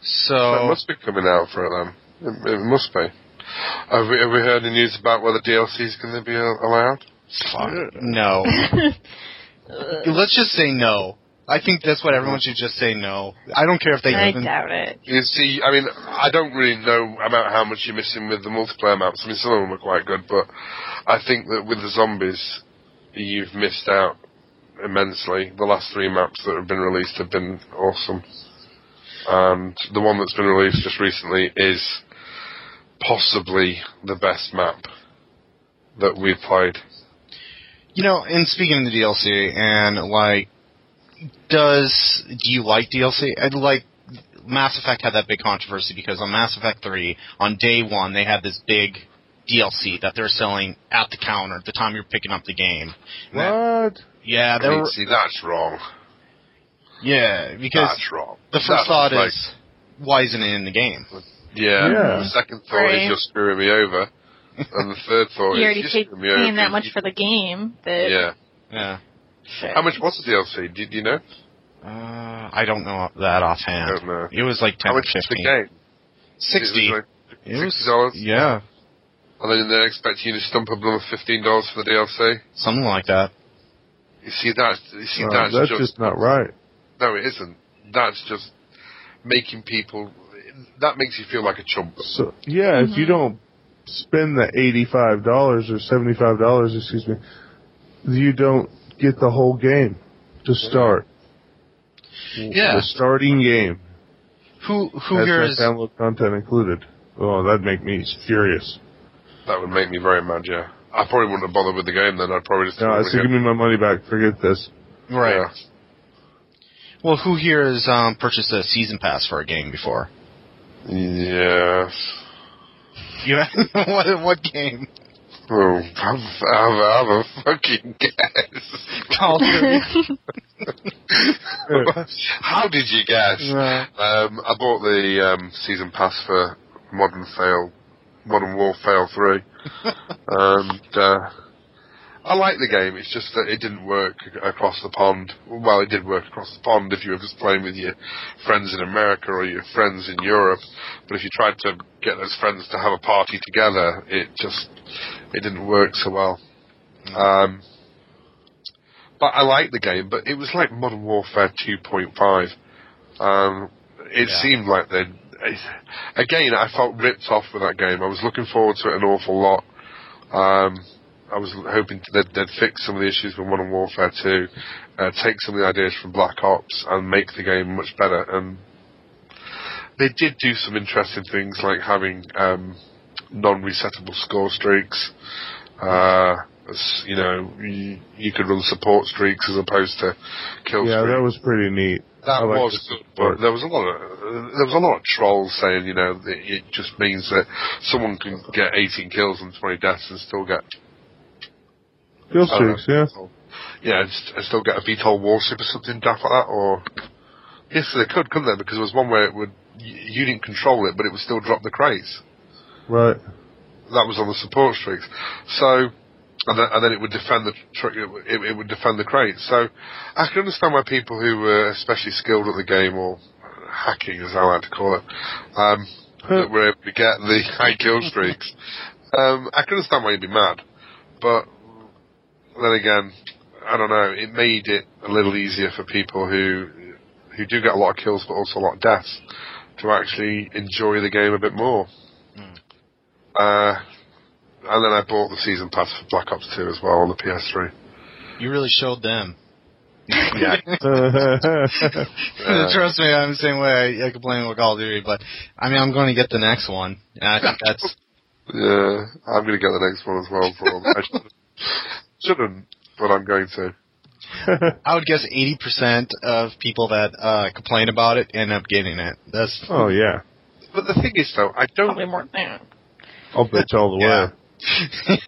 [SPEAKER 1] So
[SPEAKER 4] must be coming out for it then. It, it must be. Have we, have we heard any news about whether DLC is going to be a- allowed?
[SPEAKER 1] fuck, no. Let's just say no. I think that's what everyone should just say no. I don't care if they
[SPEAKER 3] I
[SPEAKER 1] even
[SPEAKER 3] doubt it.
[SPEAKER 4] You see, I mean, I don't really know about how much you're missing with the multiplayer maps. I mean, some of them are quite good, but I think that with the zombies, you've missed out immensely. The last three maps that have been released have been awesome. And the one that's been released just recently is possibly the best map that we've played.
[SPEAKER 1] You know, and speaking of the DLC, and like, does do you like DLC? And like, Mass Effect had that big controversy because on Mass Effect Three, on day one, they had this big DLC that they're selling at the counter at the time you're picking up the game. And that-
[SPEAKER 2] What?
[SPEAKER 1] yeah,
[SPEAKER 4] I
[SPEAKER 1] there.
[SPEAKER 4] mean,
[SPEAKER 1] Were,
[SPEAKER 4] see, that's wrong.
[SPEAKER 1] yeah, because
[SPEAKER 4] That's wrong.
[SPEAKER 1] the first
[SPEAKER 4] That's
[SPEAKER 1] thought
[SPEAKER 4] like-
[SPEAKER 1] is, why isn't it in the game?
[SPEAKER 4] Yeah.
[SPEAKER 2] Yeah.
[SPEAKER 4] The second thought
[SPEAKER 3] Right.
[SPEAKER 4] is you're screwing me over, and the third
[SPEAKER 2] oh,
[SPEAKER 4] thought
[SPEAKER 3] you
[SPEAKER 4] is
[SPEAKER 3] already
[SPEAKER 4] you're
[SPEAKER 3] paid
[SPEAKER 4] screwing me over.
[SPEAKER 3] paying that much for the game. That
[SPEAKER 4] Yeah.
[SPEAKER 1] Yeah,
[SPEAKER 3] shit.
[SPEAKER 4] How much was the DLC? Did you know?
[SPEAKER 1] uh, I don't know that
[SPEAKER 4] I
[SPEAKER 1] offhand.
[SPEAKER 4] don't know.
[SPEAKER 1] It was like ten
[SPEAKER 4] How
[SPEAKER 1] or
[SPEAKER 4] much was the
[SPEAKER 1] fifteen.
[SPEAKER 4] game?
[SPEAKER 1] Sixty.
[SPEAKER 4] It was like
[SPEAKER 1] It was-
[SPEAKER 4] Sixty dollars.
[SPEAKER 1] Yeah,
[SPEAKER 4] And then they expect you to stump up another fifteen dollars for the DLC.
[SPEAKER 1] something like that.
[SPEAKER 4] You see that? You see
[SPEAKER 2] No,
[SPEAKER 4] that's,
[SPEAKER 2] Uh, that's
[SPEAKER 4] just,
[SPEAKER 2] just not right.
[SPEAKER 4] no, it isn't. That's just making people. That makes you feel like a chump.
[SPEAKER 2] So yeah, if
[SPEAKER 3] Mm-hmm.
[SPEAKER 2] you don't spend the eighty-five dollars or seventy-five dollars, excuse me, you don't get the whole game to start.
[SPEAKER 1] Yeah.
[SPEAKER 2] the starting game
[SPEAKER 1] Who who
[SPEAKER 2] has
[SPEAKER 1] here is?
[SPEAKER 2] that download content included. Oh, that'd make me furious.
[SPEAKER 4] That would make me very mad. Yeah, I probably wouldn't have bothered with the game then. I'd probably just.
[SPEAKER 2] No, I said,
[SPEAKER 4] Yeah.
[SPEAKER 2] give me my money back. Forget this.
[SPEAKER 1] Right. Well, who here has um, purchased a season pass for a game before?
[SPEAKER 4] Yeah.
[SPEAKER 1] You what what game?
[SPEAKER 4] Oh, have, have, have a fucking guess.
[SPEAKER 1] Call of Duty.
[SPEAKER 4] How did you guess?
[SPEAKER 1] Yeah.
[SPEAKER 4] Um, I bought the um, season pass for Modern Fail, Modern War Fail Three, and uh, I like the game. It's just that it didn't work ac- across the pond. Well, it did work across the pond if you were just playing with your friends in America or your friends in Europe. But if you tried to get those friends to have a party together, it just it didn't work so well. Um, but I liked the game, but it was like Modern Warfare 2.5. Um, it
[SPEAKER 1] Yeah.
[SPEAKER 4] seemed like they. Again, I felt ripped off with that game. I was looking forward to it an awful lot. Um, I was hoping they'd, they'd fix some of the issues with Modern Warfare 2, uh, take some of the ideas from Black Ops, and make the game much better. And they did do some interesting things, like having um, non-resettable score streaks. Uh, s- you know, you, you could run support streaks as opposed to kill
[SPEAKER 2] yeah,
[SPEAKER 4] streaks.
[SPEAKER 2] that was pretty neat. I
[SPEAKER 4] That
[SPEAKER 2] like
[SPEAKER 4] was
[SPEAKER 2] the
[SPEAKER 4] good,
[SPEAKER 2] support.
[SPEAKER 4] but there was a lot of there was a lot of trolls saying, you know, that it just means that someone can get 18 kills and 20 deaths and still get
[SPEAKER 2] Kill
[SPEAKER 4] I don't know.
[SPEAKER 2] streaks, yeah.
[SPEAKER 4] yeah, and, st- and still get a VTOL warship or something daft like that, or yes, they could, couldn't they? Because there was one where it would you, you didn't control it, but it would still drop the crates.
[SPEAKER 2] Right.
[SPEAKER 4] That was on the support streaks. So, and then, and then it would defend the tr- it, would- it would defend the crates. So, I can understand why people who were especially skilled at the game or hacking, as I like to call it, um, that were able to get the high kill streaks. Um, I can understand why you'd be mad, but then again, I don't know. It made it a little easier for people who who do get a lot of kills but also a lot of deaths to actually enjoy the game a bit more. Uh, and then I bought the season pass for Black Ops 2 as well on the PS3.
[SPEAKER 1] You really showed them.
[SPEAKER 4] Yeah. Uh,
[SPEAKER 1] Trust me, I'm the same way. I, I complain about Call of Duty, but I mean, I'm going to get the next one, and I think that's
[SPEAKER 4] Yeah, I'm going to get the next one as well. But I shouldn't, shouldn't, but I'm going to.
[SPEAKER 1] I would guess 80% of people that uh, complain about it end up getting it. That's
[SPEAKER 2] oh yeah.
[SPEAKER 4] But the thing is, though, I don't
[SPEAKER 3] Probably more than that.
[SPEAKER 2] I'll bet you all the
[SPEAKER 1] Yeah.
[SPEAKER 2] way.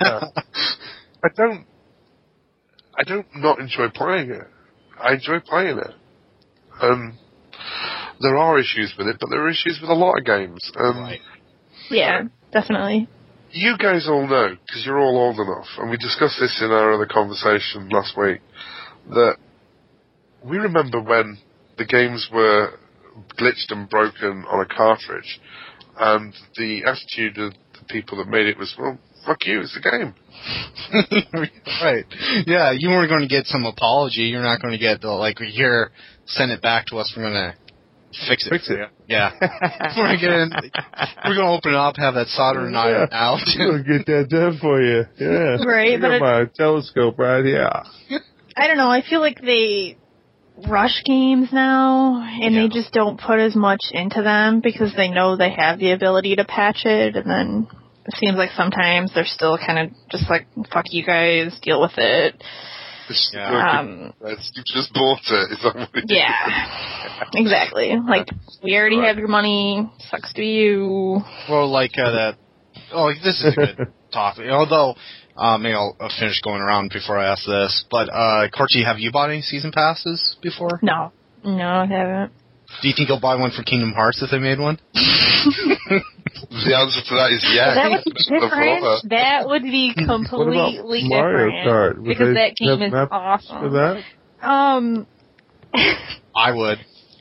[SPEAKER 4] I don't. I don't not enjoy playing it. I enjoy playing it. Um, there are issues with it, but there are issues with a lot of games. Um,
[SPEAKER 1] right.
[SPEAKER 3] Yeah, definitely.
[SPEAKER 4] You guys all know because you're all old enough, and we discussed this in our other conversation last week. That we remember when the games were glitched and broken on a cartridge, and the attitude of the people that made it was, "Well, fuck you, it's a game."
[SPEAKER 1] right. Yeah, you weren't going to get some apology. You're not going to get the like here, send it back to us. We're going to fix it.
[SPEAKER 2] Fix it.
[SPEAKER 1] Yeah. we're going to we're going to open it up, have that soldering iron out.
[SPEAKER 2] We'll get that done for you. Yeah.
[SPEAKER 3] Right,
[SPEAKER 2] I
[SPEAKER 3] but
[SPEAKER 2] got
[SPEAKER 3] it-
[SPEAKER 2] my telescope right here.
[SPEAKER 3] I don't know. I feel like they rush games now, and
[SPEAKER 1] Yeah.
[SPEAKER 3] they just don't put as much into them because they know they have the ability to patch it, and then it seems like sometimes they're still kind of just like, "Fuck you guys, deal with it."
[SPEAKER 4] It's
[SPEAKER 1] Yeah.
[SPEAKER 4] working
[SPEAKER 3] Um,
[SPEAKER 4] That's, you just bought it. Is that what it is?
[SPEAKER 3] yeah, exactly. Like we already have your money. Sucks to be you.
[SPEAKER 1] Well, like uh, that. Oh, this is a good topic. Although, uh, maybe I'll uh, finish going around before I ask this. But, uh, Corchi, have you bought any season passes before?
[SPEAKER 3] No, no, I haven't.
[SPEAKER 1] Do you think you'll buy one for Kingdom Hearts if they made one?
[SPEAKER 4] The answer to that is yes.
[SPEAKER 3] that would be
[SPEAKER 4] The follower.
[SPEAKER 3] different. That would be
[SPEAKER 2] What about
[SPEAKER 3] completely
[SPEAKER 2] Mario
[SPEAKER 3] different
[SPEAKER 2] Kart? Would
[SPEAKER 3] because
[SPEAKER 2] they
[SPEAKER 3] that game
[SPEAKER 2] have
[SPEAKER 3] is
[SPEAKER 2] maps
[SPEAKER 3] awesome.
[SPEAKER 2] For that?
[SPEAKER 3] Um,
[SPEAKER 1] I would.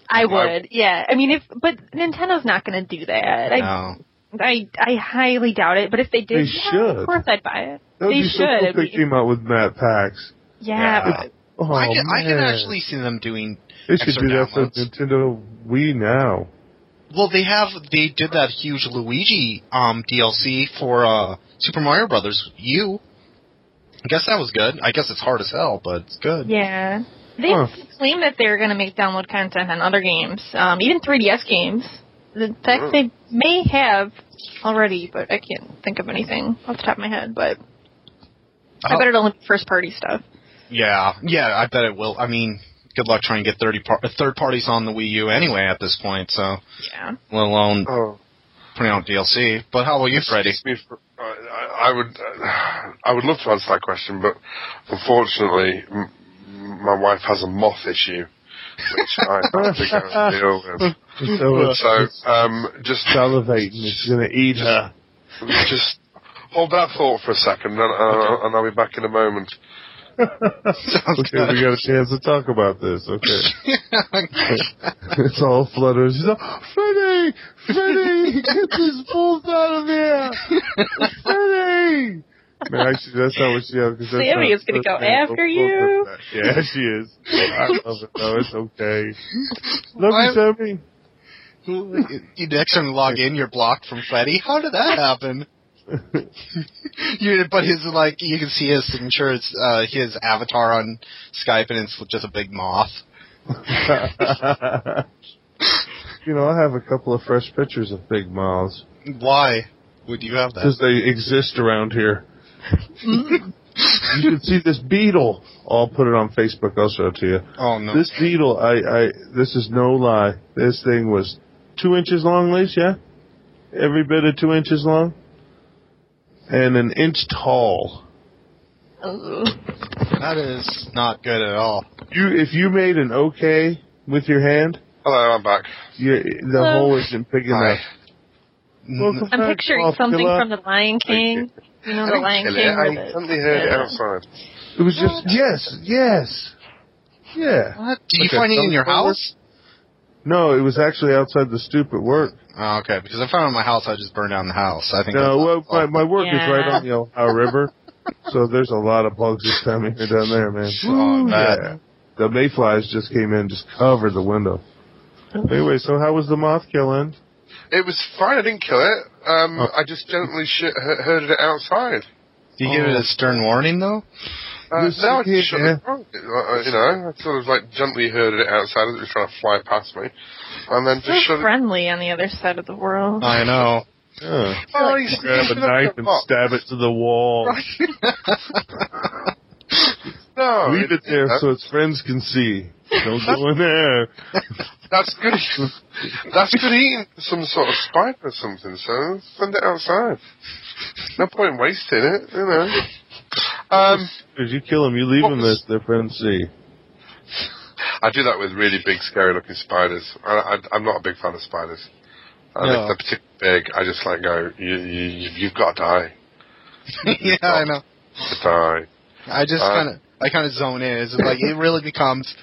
[SPEAKER 3] I
[SPEAKER 4] I-
[SPEAKER 3] would. Yeah, I mean, if but Nintendo's not going to do that. I,
[SPEAKER 1] No.
[SPEAKER 3] I I highly doubt it. But if they did,
[SPEAKER 2] They
[SPEAKER 3] yeah,
[SPEAKER 2] should.
[SPEAKER 3] Of course, I'd buy it.
[SPEAKER 2] That would
[SPEAKER 3] They
[SPEAKER 2] be so
[SPEAKER 3] should.
[SPEAKER 2] cool if
[SPEAKER 3] It'd
[SPEAKER 2] they
[SPEAKER 3] be-
[SPEAKER 2] came out with map packs.
[SPEAKER 3] Yeah,
[SPEAKER 1] Yeah.
[SPEAKER 3] but
[SPEAKER 2] Oh,
[SPEAKER 1] I, can, I can
[SPEAKER 2] man.
[SPEAKER 1] actually see them doing.
[SPEAKER 2] They should
[SPEAKER 1] extra
[SPEAKER 2] do that for
[SPEAKER 1] downloads.
[SPEAKER 2] Nintendo Wii now.
[SPEAKER 1] Well, they have. They did that huge Luigi um, DLC for uh, Super Mario Brothers U. I guess that was good. I guess it's hard as hell, but it's good.
[SPEAKER 3] yeah. They
[SPEAKER 2] Huh.
[SPEAKER 3] claim that they're going to make download content on other games, um, even 3DS games. In fact,
[SPEAKER 4] Sure.
[SPEAKER 3] they may have already, but I can't think of anything off the top of my head. But I
[SPEAKER 1] Oh.
[SPEAKER 3] bet it'll be first party stuff.
[SPEAKER 1] Yeah, yeah, I bet it will. I mean, good luck trying to get 30 par- third parties on the Wii U anyway at this point, so
[SPEAKER 3] Yeah.
[SPEAKER 1] let alone
[SPEAKER 4] Oh,
[SPEAKER 1] putting out DLC. But how about you, Freddy?
[SPEAKER 4] excuse me for- I, I would, uh, I would love to answer that question, but unfortunately, m- m- my wife has a moth issue, which I have to go and deal with.
[SPEAKER 2] So it's
[SPEAKER 4] So, um, just
[SPEAKER 2] salivating. It's going to eat her.
[SPEAKER 4] just hold that thought for a second, and, uh, and I'll be back in a moment.
[SPEAKER 1] Sounds
[SPEAKER 2] Okay, we got a chance to talk about this. Okay. It's all flutters. She's like, Freddy! Freddy! Get this wolf out of here! Freddy! Man, actually, that's not what she yelled. 'cause that's
[SPEAKER 3] Sammy
[SPEAKER 2] not-
[SPEAKER 3] is gonna
[SPEAKER 2] that's
[SPEAKER 3] go
[SPEAKER 2] not-
[SPEAKER 3] after you.
[SPEAKER 2] Yeah, she is. I love it, though. It's okay.
[SPEAKER 1] Why-
[SPEAKER 2] Love you, Sammy.
[SPEAKER 1] you next time you log in, you're blocked from Freddy. How did that happen? you, but his like you can see his signature, it's uh, his avatar on Skype, and it's just a big moth.
[SPEAKER 2] you know, I have a couple of fresh pictures of big mouths.
[SPEAKER 1] Why would you have that?
[SPEAKER 2] Because they exist around here. you can see this beetle. I'll put it on Facebook. I'll show it to you.
[SPEAKER 1] Oh no!
[SPEAKER 2] This beetle, I, I, this is no lie. This thing was two inches long, Liz? Yeah, every bit of two inches long, and an inch tall.
[SPEAKER 3] Ooh.
[SPEAKER 1] That is not good at all.
[SPEAKER 2] You, if you made an okay with your hand,
[SPEAKER 4] Hello, I'm back.
[SPEAKER 2] you, the
[SPEAKER 3] Hello.
[SPEAKER 2] hole isn't big enough.
[SPEAKER 1] N-
[SPEAKER 3] I'm picturing something from The Lion King. You know,
[SPEAKER 4] I
[SPEAKER 3] The
[SPEAKER 4] didn't
[SPEAKER 3] Lion
[SPEAKER 4] kill
[SPEAKER 3] King.
[SPEAKER 4] it. I
[SPEAKER 3] with the-
[SPEAKER 4] suddenly heard it
[SPEAKER 3] yeah.
[SPEAKER 4] outside.
[SPEAKER 2] It was just yes, yes, yeah.
[SPEAKER 1] What? Do you
[SPEAKER 2] Like a
[SPEAKER 1] find it in your
[SPEAKER 2] thumb forward?
[SPEAKER 1] house?
[SPEAKER 2] No, it was actually outside the stoop at work.
[SPEAKER 1] Oh, okay, because if I found it in my house, I just burned down the house. I think.
[SPEAKER 2] No, well,
[SPEAKER 1] that's
[SPEAKER 2] my, my work
[SPEAKER 3] Yeah.
[SPEAKER 2] is right on the Ohio River, so there's a lot of bugs this time of year down there, man.
[SPEAKER 1] Oh, I bet.
[SPEAKER 2] The mayflies just came in, just covered the window. Anyway, so how was the moth killing?
[SPEAKER 4] It was fine. I didn't kill it. Um,
[SPEAKER 2] Oh.
[SPEAKER 4] I just gently sh- he- heard it outside.
[SPEAKER 1] Do you give
[SPEAKER 2] Oh.
[SPEAKER 1] it a stern warning though?
[SPEAKER 4] Uh,
[SPEAKER 2] Yes,
[SPEAKER 4] no, I
[SPEAKER 2] it did,
[SPEAKER 4] just shut
[SPEAKER 2] yeah.
[SPEAKER 4] the door. Uh, You know, I sort of like gently heard it outside as it was trying to fly past me, and then just
[SPEAKER 3] So
[SPEAKER 4] shut it.
[SPEAKER 3] friendly on the other side of the world.
[SPEAKER 1] I know.
[SPEAKER 2] Yeah.
[SPEAKER 4] Oh, he's
[SPEAKER 2] Grab a
[SPEAKER 4] sneaking up
[SPEAKER 2] knife
[SPEAKER 4] the
[SPEAKER 2] and
[SPEAKER 4] box.
[SPEAKER 2] stab it to the wall.
[SPEAKER 4] No,
[SPEAKER 2] Leave it there
[SPEAKER 4] that-
[SPEAKER 2] so its friends can see. Don't go in there.
[SPEAKER 4] that's good. that's good eating some sort of spider or something. So send it outside. No point in wasting it. You know. Um,
[SPEAKER 2] Because you kill them, you leave
[SPEAKER 4] What
[SPEAKER 2] them there
[SPEAKER 4] was-
[SPEAKER 2] so their friends see.
[SPEAKER 4] I do that with really big, scary-looking spiders. I, I, I'm not a big fan of spiders. And
[SPEAKER 1] No.
[SPEAKER 4] If they're particularly big, I just like go. You, you, you've- you've got to die.
[SPEAKER 1] yeah, I know.
[SPEAKER 4] You've got to die.
[SPEAKER 1] I just
[SPEAKER 4] Uh,
[SPEAKER 1] kind of, I kind of zone in. It's like it really becomes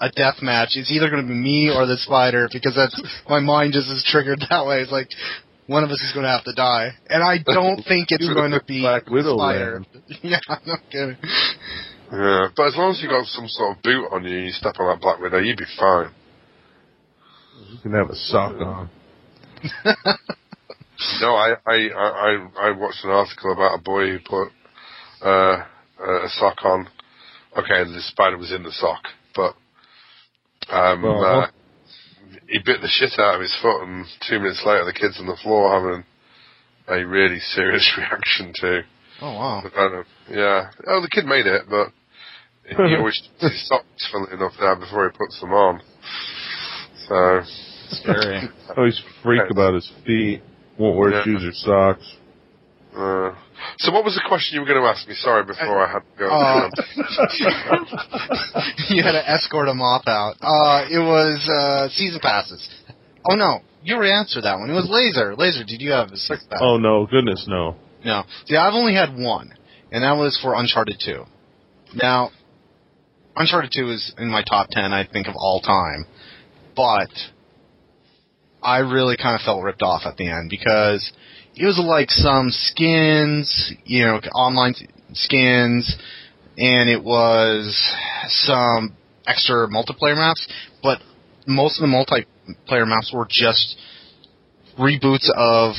[SPEAKER 1] a death match. It's either going to be me or the spider because that's my mind just is triggered that way. It's like one of us is going to have to die, and I don't think it's
[SPEAKER 4] You're
[SPEAKER 1] going to
[SPEAKER 4] like
[SPEAKER 1] be
[SPEAKER 2] Black
[SPEAKER 1] the
[SPEAKER 2] Widow
[SPEAKER 1] spider. yeah, I'm not kidding.
[SPEAKER 4] Yeah. But as long as you got some sort of boot on you, and you step on that black widow, you'd be fine.
[SPEAKER 2] You can have a sock on.
[SPEAKER 4] No, I I, I, I I watched an article about a boy who put uh, a sock on. Okay, the spider was in the sock, but um,
[SPEAKER 2] Well,
[SPEAKER 4] uh,
[SPEAKER 2] what-
[SPEAKER 4] he bit the shit out of his foot, and two minutes later, the kid's on the floor having a really serious reaction to
[SPEAKER 1] Oh wow.
[SPEAKER 4] the venom. Yeah. Oh, the kid made it, but he always his socks, funnily enough, now before he puts them on. So
[SPEAKER 1] Scary.
[SPEAKER 2] Oh, he's a freak about his feet. Won't wear
[SPEAKER 4] Yeah.
[SPEAKER 2] shoes or socks.
[SPEAKER 4] Uh, so what was the question you were going to ask me? Sorry, before I, had to go.
[SPEAKER 1] Uh, you had to escort a moth out. Uh, it was uh, season passes. Oh no, you already answered that one. It was laser. Laser. Did you have a six pass?
[SPEAKER 2] Oh no, goodness no.
[SPEAKER 1] No. See, I've only had one, and that was for Uncharted 2. Now, Uncharted 2 is in my top 10, I think, of all time. But I really kind of felt ripped off at the end because it was like some skins, you know, online skins, and it was some extra multiplayer maps, but most of the multiplayer maps were just reboots of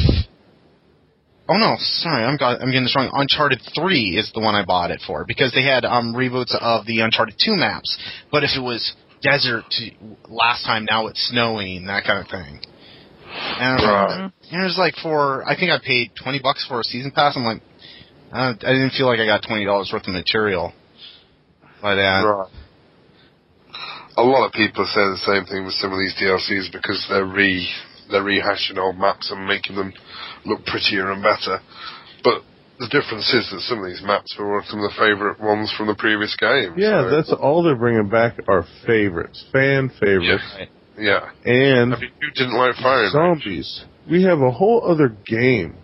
[SPEAKER 1] Oh no, sorry, I'm got, I'm getting this wrong. Uncharted Three is the one I bought it for because they had um, reboots of the Uncharted Two maps. But if it was desert to, last time, now it's snowing, that kind of thing. And,
[SPEAKER 3] Mm-hmm.
[SPEAKER 4] Right.
[SPEAKER 1] and it was like for I think I paid twenty bucks for a season pass. I'm like, I, don't- I didn't feel like I got twenty dollars worth of material. uh, By that,
[SPEAKER 4] right. A lot of people say the same thing with some of these DLCs because they're re they're rehashing old maps and making them look prettier and better. But the difference is that some of these maps were some of the favourite ones from the previous game.
[SPEAKER 2] Yeah,
[SPEAKER 4] so-
[SPEAKER 2] that's all they're bringing back are favorites, fan favorites,
[SPEAKER 4] yeah.
[SPEAKER 2] and
[SPEAKER 4] I mean, you didn't like Fire Emblem.
[SPEAKER 2] zombies. We have a whole other game.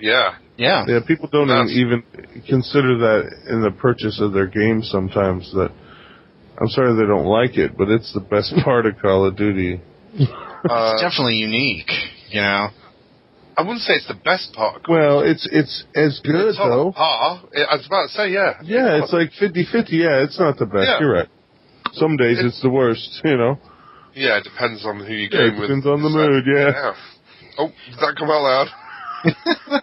[SPEAKER 4] Yeah,
[SPEAKER 1] yeah,
[SPEAKER 2] Yeah, people don't
[SPEAKER 4] That's-
[SPEAKER 2] even consider that in the purchase of their game sometimes that I'm sorry they don't like it, but it's the best part of Call of Duty.
[SPEAKER 1] it's
[SPEAKER 4] uh,
[SPEAKER 1] definitely unique. You know,
[SPEAKER 4] I wouldn't say it's the best part.
[SPEAKER 2] Well, it's it's as good
[SPEAKER 4] it's on
[SPEAKER 2] though.
[SPEAKER 4] a par. I was about to say, yeah.
[SPEAKER 2] Yeah, it's like 50-50. Yeah, it's not the best.
[SPEAKER 4] Yeah.
[SPEAKER 2] You're right. Some days it's the worst, you know.
[SPEAKER 4] Yeah, it depends on who you
[SPEAKER 2] Yeah, it
[SPEAKER 4] came with.
[SPEAKER 2] depends on the mood, yeah.
[SPEAKER 4] Oh, did that come out loud?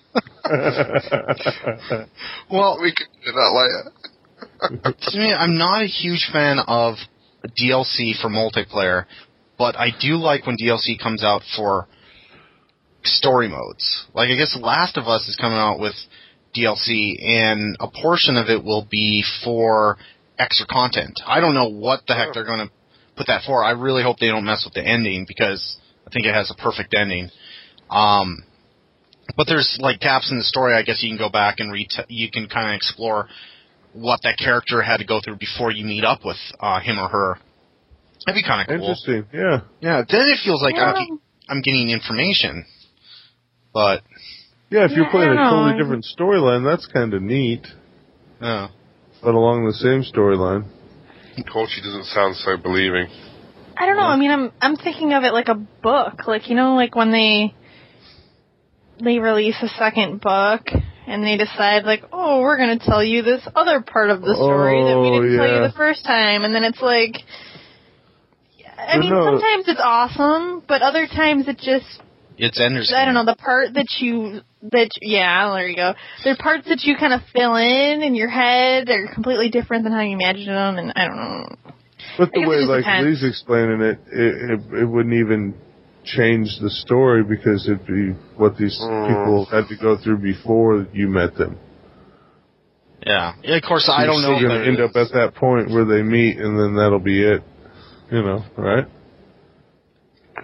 [SPEAKER 1] well,
[SPEAKER 4] We can do that later.
[SPEAKER 1] to me, I'm not a huge fan of DLC for multiplayer, but I do like when DLC comes out for story modes. Like, I guess Last of Us is coming out with DLC, and a portion of it will be for extra content. I don't know what the heck they're going to put that for. I really hope they don't mess with the ending because think it has a perfect ending. Um, but there's like gaps in the story. I guess you can go back and re- you can kind of explore what that character had to go through before you meet up with uh, him or her. That'd be kind of cool.
[SPEAKER 2] Interesting. Yeah.
[SPEAKER 1] Yeah, then it feels like I'm,
[SPEAKER 3] Yeah.
[SPEAKER 1] ge- I'm getting information. But
[SPEAKER 2] Yeah, if
[SPEAKER 3] Yeah,
[SPEAKER 2] you're
[SPEAKER 3] I
[SPEAKER 2] playing a
[SPEAKER 3] don't know.
[SPEAKER 2] totally different storyline, that's kind of neat,
[SPEAKER 1] uh,
[SPEAKER 2] but along the same storyline.
[SPEAKER 4] Of course, she doesn't sound so believing.
[SPEAKER 3] I don't know. I mean, I'm I'm thinking of it like a book, like you know, like when they they release a second book and they decide like, oh, we're gonna tell you this other part of the story that we
[SPEAKER 2] Oh,
[SPEAKER 3] didn't tell you
[SPEAKER 2] yeah.
[SPEAKER 3] the first time, and then it's like, I
[SPEAKER 2] But
[SPEAKER 3] mean,
[SPEAKER 2] no.
[SPEAKER 3] sometimes it's awesome, but other times it just
[SPEAKER 1] it's Ender's
[SPEAKER 3] I don't
[SPEAKER 1] Game.
[SPEAKER 3] know the part that you that yeah there you go the parts that you kind of fill in in your head are completely different than how you imagined them and I don't know
[SPEAKER 2] But
[SPEAKER 3] I
[SPEAKER 2] the
[SPEAKER 3] guess it
[SPEAKER 2] way
[SPEAKER 3] just
[SPEAKER 2] like
[SPEAKER 3] depends.
[SPEAKER 2] Lee's explaining it, it, it, it wouldn't even change the story because it'd be what these
[SPEAKER 4] Mm.
[SPEAKER 2] people had to go through before you met them.
[SPEAKER 1] Yeah. Yeah, Of course,
[SPEAKER 2] So
[SPEAKER 1] I
[SPEAKER 2] you're
[SPEAKER 1] don't
[SPEAKER 2] still
[SPEAKER 1] know.
[SPEAKER 2] You're
[SPEAKER 1] if
[SPEAKER 2] gonna end
[SPEAKER 1] there
[SPEAKER 2] up at
[SPEAKER 1] is-
[SPEAKER 2] that point where they meet, and then that'll be it. You know, right?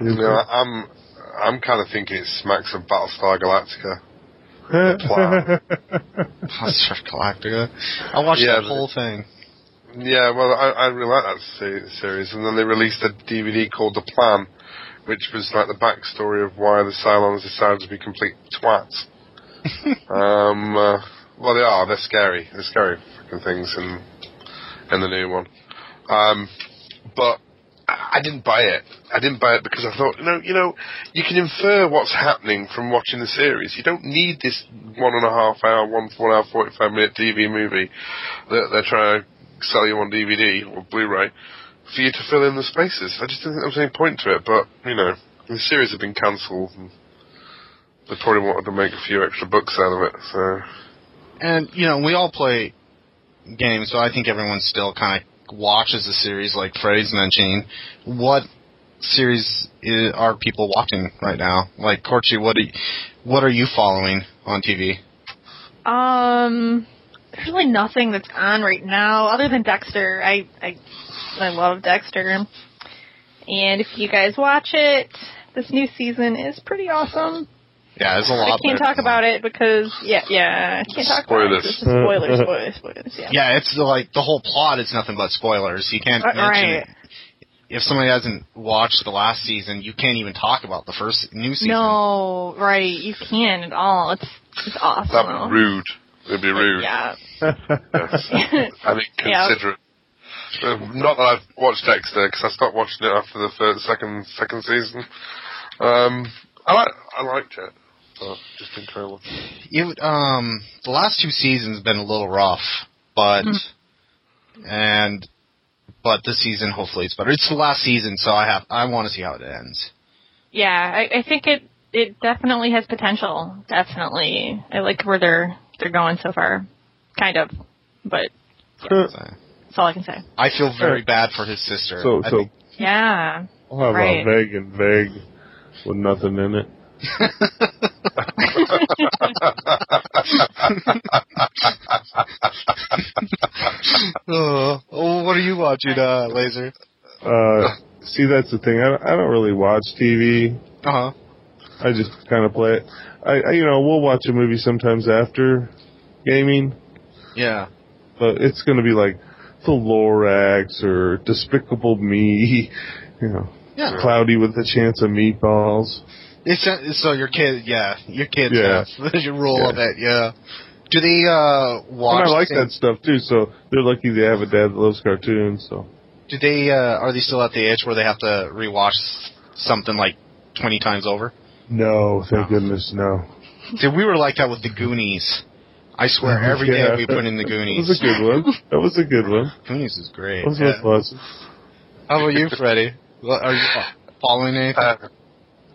[SPEAKER 2] Mm-hmm.
[SPEAKER 4] No, I- I'm I'm kind of thinking it smacks of Battlestar Galactica. plan.
[SPEAKER 1] Battlestar Galactica. I watched
[SPEAKER 4] Yeah,
[SPEAKER 1] that
[SPEAKER 4] but-
[SPEAKER 1] whole thing.
[SPEAKER 4] Yeah, well, I, I really like that se- series, and then they released a DVD called The Plan, which was like the backstory of why the Cylons decided to be complete twats. um, uh, well, they are. They're scary. They're scary fucking things, and and the new one. Um, but I I didn't buy it. I didn't buy it because I thought, no, you know, you can infer what's happening from watching the series. You don't need this one and a half hour, one one hour forty five minute TV movie that they're trying to sell you on DVD or Blu-ray for you to fill in the spaces. I just didn't think there was any point to it. But you know, the series have been cancelled. and They probably wanted to make a few extra bucks out of it, so
[SPEAKER 1] And, you know, we all play games, so I think everyone still kind of watches the series, like Freddy's mentioning. What series i are people watching right now? Like, Corchi, what are you, what are you following on TV?
[SPEAKER 3] um there's really nothing that's on right now other than Dexter I I I love Dexter and if you guys watch it this new season is pretty awesome
[SPEAKER 1] Yeah, there's a lot.
[SPEAKER 3] I can't
[SPEAKER 1] there.
[SPEAKER 3] talk about it because yeah yeah I can't talk about it 'cause it's just spoilers spoilers spoilers yeah.
[SPEAKER 1] Yeah, it's like the whole plot is nothing but spoilers. You can't
[SPEAKER 3] Uh,
[SPEAKER 1] mention
[SPEAKER 3] right.
[SPEAKER 1] it. If somebody hasn't watched the last season, you can't even talk about the first new season.
[SPEAKER 3] No, right. You can't at all. It's it's awesome.
[SPEAKER 4] that'd be rude. It'd be rude.
[SPEAKER 3] Yeah.
[SPEAKER 4] Yes. and inconsiderate. Uh, Not that I've watched Dexter because I stopped watching it after the first, second second season. Um, I like I liked it, but just incredible.
[SPEAKER 1] It, um, the last two seasons have been a little rough, but
[SPEAKER 3] Hmm.
[SPEAKER 1] and but this season hopefully it's better. It's the last season, so I have I want to see how it ends.
[SPEAKER 3] yeah, I, I think it it definitely has potential. Definitely. I like where they're they're going so far. Kind of. But
[SPEAKER 1] So,
[SPEAKER 3] that's all I can say.
[SPEAKER 1] I feel very bad for his sister.
[SPEAKER 2] so,
[SPEAKER 1] I
[SPEAKER 2] so
[SPEAKER 1] think-
[SPEAKER 3] Yeah.
[SPEAKER 2] I'll have
[SPEAKER 3] Right.
[SPEAKER 2] a vague and vague with nothing in it.
[SPEAKER 1] Uh, oh, what are you watching, uh, Laser?
[SPEAKER 2] Uh, see, that's the thing. I, don't- I don't really watch TV.
[SPEAKER 1] Uh huh.
[SPEAKER 2] I just kind of play it. I, I, you know, we'll watch a movie sometimes after gaming,
[SPEAKER 1] Yeah.
[SPEAKER 2] but it's going to be like The Lorax or Despicable Me, you know,
[SPEAKER 1] Yeah.
[SPEAKER 2] Cloudy with a Chance of Meatballs.
[SPEAKER 1] It's, so your kid, yeah, your kids
[SPEAKER 2] Yeah.
[SPEAKER 1] have your rule
[SPEAKER 2] Yeah.
[SPEAKER 1] of it, yeah. Do they uh watch?
[SPEAKER 2] and I like
[SPEAKER 1] the same-
[SPEAKER 2] that stuff too. So they're lucky they have a dad that loves cartoons. So
[SPEAKER 1] Do they uh are they still at the age where they have to rewatch s- something like twenty times over?
[SPEAKER 2] no, thank goodness, no.
[SPEAKER 1] Dude, we were like that with the Goonies. I swear, every day
[SPEAKER 2] Yeah.
[SPEAKER 1] we put in the
[SPEAKER 2] That was
[SPEAKER 1] Goonies.
[SPEAKER 2] a good one. That was a good one.
[SPEAKER 1] Goonies is great.
[SPEAKER 2] That was
[SPEAKER 1] Yeah.
[SPEAKER 2] lots of-
[SPEAKER 1] How about you, Freddie? What, are you fo- following anything?
[SPEAKER 4] Uh,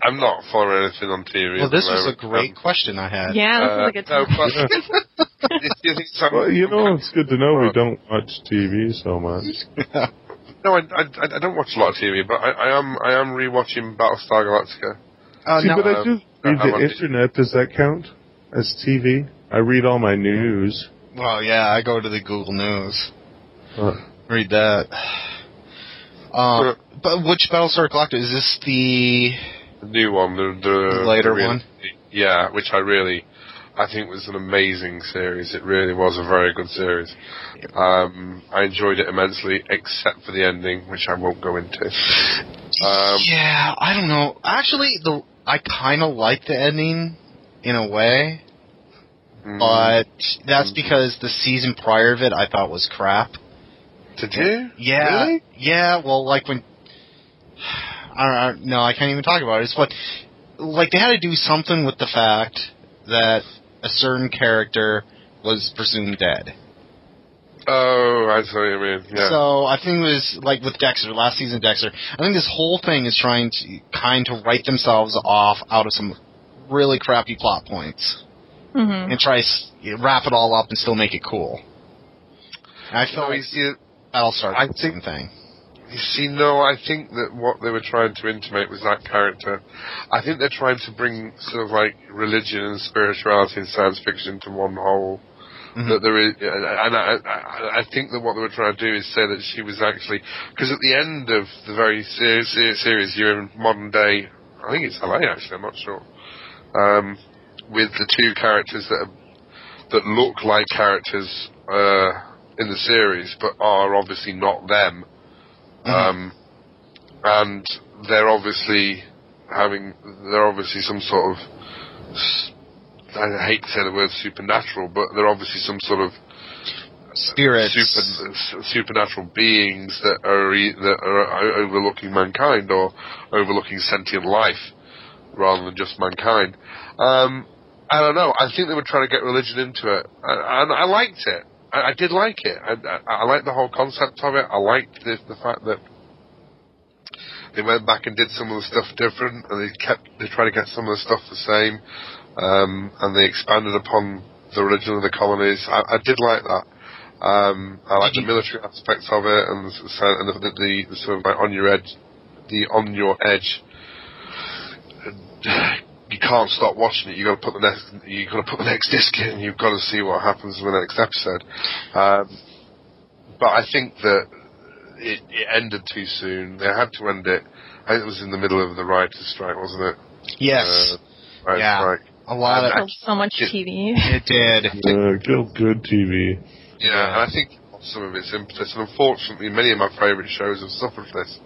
[SPEAKER 4] I'm not following anything on TV.
[SPEAKER 1] well,
[SPEAKER 4] at the
[SPEAKER 1] this was
[SPEAKER 4] moment. Um,
[SPEAKER 1] a great question I had.
[SPEAKER 3] Yeah, this is
[SPEAKER 4] Uh,
[SPEAKER 3] a good
[SPEAKER 4] no,
[SPEAKER 3] time.
[SPEAKER 4] but- It's- it's- it's-
[SPEAKER 2] Well, you know, it's good to know we don't watch TV so much.
[SPEAKER 4] No, I, I, I don't watch a lot of TV, but I, I am I am rewatching Battlestar Galactica.
[SPEAKER 1] Uh,
[SPEAKER 2] See,
[SPEAKER 1] now,
[SPEAKER 2] but I
[SPEAKER 4] um,
[SPEAKER 2] do
[SPEAKER 4] I-
[SPEAKER 2] read
[SPEAKER 4] I
[SPEAKER 2] the
[SPEAKER 4] want to-
[SPEAKER 2] internet. Does that count as TV? I read all my news.
[SPEAKER 1] well, yeah, I go to the Google News.
[SPEAKER 2] Uh,
[SPEAKER 1] Read that. Um, Uh,
[SPEAKER 4] Sure.
[SPEAKER 1] but which Battlestar Galactica is this? The
[SPEAKER 4] the new one, the, the
[SPEAKER 1] The later
[SPEAKER 4] the real-
[SPEAKER 1] one?
[SPEAKER 4] Yeah, which I really, I think was an amazing series. It really was a very good series. Um, I enjoyed it immensely, except for the ending, which I won't go into. Um,
[SPEAKER 1] yeah, I don't know. Actually, the I kind of like the ending in a way.
[SPEAKER 4] mm,
[SPEAKER 1] but that's
[SPEAKER 4] Mm.
[SPEAKER 1] because the season prior of it I thought was crap.
[SPEAKER 4] did you?
[SPEAKER 1] Yeah,
[SPEAKER 4] Really?
[SPEAKER 1] yeah. Well, like when I don't know, I can't even talk about it. It's what like they had to do something with the fact that a certain character was presumed dead.
[SPEAKER 4] Oh, I see what you mean. Yeah.
[SPEAKER 1] So I think it was like with Dexter last season. Dexter, I think this whole thing is trying to kind to write themselves off out of some really crappy plot points
[SPEAKER 3] Mm-hmm.
[SPEAKER 1] and try to s- wrap it all up and still make it cool. And I feel
[SPEAKER 4] no,
[SPEAKER 1] like
[SPEAKER 4] you see,
[SPEAKER 1] I'll start.
[SPEAKER 4] I
[SPEAKER 1] with the same
[SPEAKER 4] think-
[SPEAKER 1] thing.
[SPEAKER 4] you see, no, I think that what they were trying to intimate was that character. I think they're trying to bring sort of like religion and spirituality and science fiction to one whole.
[SPEAKER 1] Mhm.
[SPEAKER 4] That there is, and I, I, I think that what they were trying to do is say that she was actually because at the end of the very ser- ser- series, you're in modern day. I think it's LA actually. I'm not sure. Um, with the two characters that are, that look like characters uh, in the series, but are obviously not them. Um, and they're obviously having they're obviously some sort of s- I hate to say the word supernatural, but they're obviously some sort of
[SPEAKER 1] Spirits.
[SPEAKER 4] super, s- supernatural beings that are e- that are o- overlooking mankind or overlooking sentient life rather than just mankind. Um, I don't know. I think they were trying to get religion into it, I- and I, liked it. I, I did like it. I, I, I liked the whole concept of it. I liked the, the fact that they went back and did some of the stuff different, and they kept they tried to get some of the stuff the same, um, and they expanded upon the religion of the colonies. I, I did like that. Um, I like the
[SPEAKER 1] you-
[SPEAKER 4] military aspects of it, and the, s- and the, the, the sort of like on your edge, the on your edge. You can't stop watching it. You got to put the next. You got to put the next disc in. You've got to see what happens in the next episode. Um, but I think that it, it ended too soon. They had to end it. I think it was in the middle of the writers' strike, wasn't it?
[SPEAKER 1] yes,
[SPEAKER 4] Uh, writers'
[SPEAKER 1] Yeah.
[SPEAKER 4] strike.
[SPEAKER 1] a lot of
[SPEAKER 4] I'm-
[SPEAKER 3] so much
[SPEAKER 4] It-
[SPEAKER 3] TV.
[SPEAKER 1] it did.
[SPEAKER 2] Uh, good, good TV.
[SPEAKER 4] Yeah, and I think some of its impetus, and unfortunately, many of my favourite shows have suffered from this.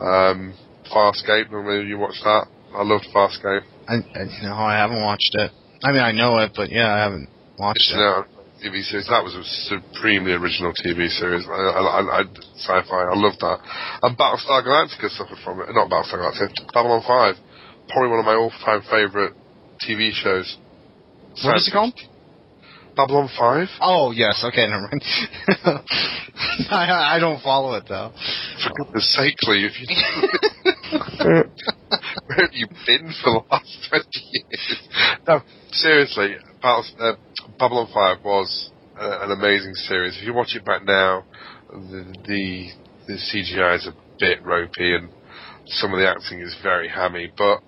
[SPEAKER 4] Um, Farscape, normally you watch that. I loved Farscape.
[SPEAKER 1] I, I, no, I haven't watched it. I mean, I know it, but yeah, I haven't watched
[SPEAKER 4] It's
[SPEAKER 1] it.
[SPEAKER 4] now a TV series. That was a supremely original TV series. I, I, I, I, sci-fi, I loved that. And Battlestar Galactica suffered from it. Not Battlestar Galactica, Babylon 5. Probably one of my all-time favourite TV shows.
[SPEAKER 1] What is it called?
[SPEAKER 4] Babylon 5.
[SPEAKER 1] Oh yes, okay, never mind. I, I don't follow it though.
[SPEAKER 4] For goodness sake, Lee, if you...
[SPEAKER 2] Uh,
[SPEAKER 4] Where have you been for the last 20 years? No, seriously, Battles, uh, Babylon 5 was uh, an amazing series. If you watch it back now, the, the, the CGI is a bit ropey and some of the acting is very hammy, but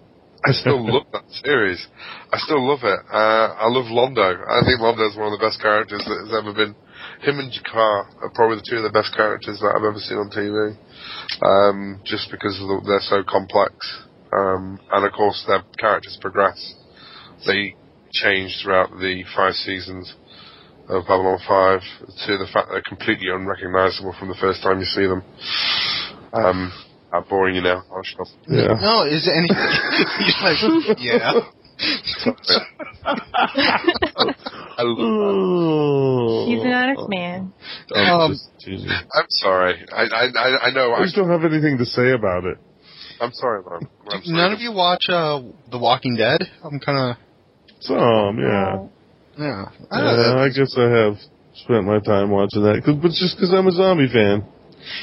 [SPEAKER 4] I still love that series. I still love it. Uh, I love Londo. I think Londo's one of the best characters that has ever been. Him and Jakar are probably the two of the best characters that I've ever seen on TV. Um, just because of the, they're so complex. Um, and of course their characters progress. They change throughout the five seasons of Babylon 5 to the fact they're completely unrecognizable from the first time you see them. Um, I'm boring you now. I'll shut up.
[SPEAKER 2] yeah.
[SPEAKER 1] No, is any? You're like, yeah.
[SPEAKER 4] I love that.
[SPEAKER 3] He's
[SPEAKER 2] He's
[SPEAKER 3] an honest man.
[SPEAKER 1] Um,
[SPEAKER 4] I'm sorry. I, I, I- I know.
[SPEAKER 2] I
[SPEAKER 4] I,
[SPEAKER 2] just don't have anything to say about it.
[SPEAKER 4] I'm sorry, Mum. I'm sorry.
[SPEAKER 1] None of you watch uh, The Walking Dead. I'm kind
[SPEAKER 2] Some,
[SPEAKER 3] Oh.
[SPEAKER 2] yeah.
[SPEAKER 1] of yeah. I don't know.
[SPEAKER 2] Uh, I guess I have spent my time watching that, 'cause- but just because I'm a zombie fan.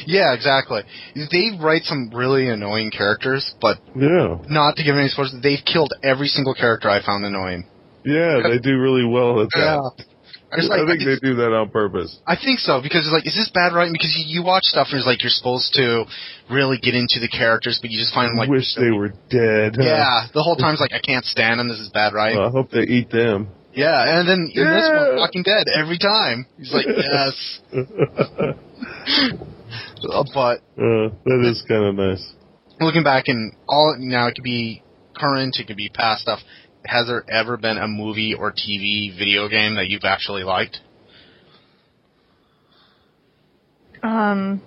[SPEAKER 1] Yeah, exactly. They write some really annoying characters, but
[SPEAKER 2] Yeah,
[SPEAKER 1] not to give any spoilers, they've killed every single character I found annoying.
[SPEAKER 2] yeah, they do really well at that.
[SPEAKER 1] I, was like,
[SPEAKER 2] I think they do that on purpose.
[SPEAKER 1] I think so because it's like, is this bad writing? Because you, you watch stuff and it's like you're supposed to really get into the characters, but you just find them like,
[SPEAKER 2] Wish they were dead. huh?
[SPEAKER 1] yeah, the whole time's like, I can't stand them. This is bad writing.
[SPEAKER 2] Well, I hope they eat them.
[SPEAKER 1] yeah, and then in this
[SPEAKER 2] Yeah.
[SPEAKER 1] one, Walking Dead, every time he's like, yes,
[SPEAKER 2] uh,
[SPEAKER 1] Uh, but
[SPEAKER 2] that is kind of nice.
[SPEAKER 1] looking back and all now it could be current, it can be past stuff. Has there ever been a movie or TV video game that you've actually liked?
[SPEAKER 3] Um,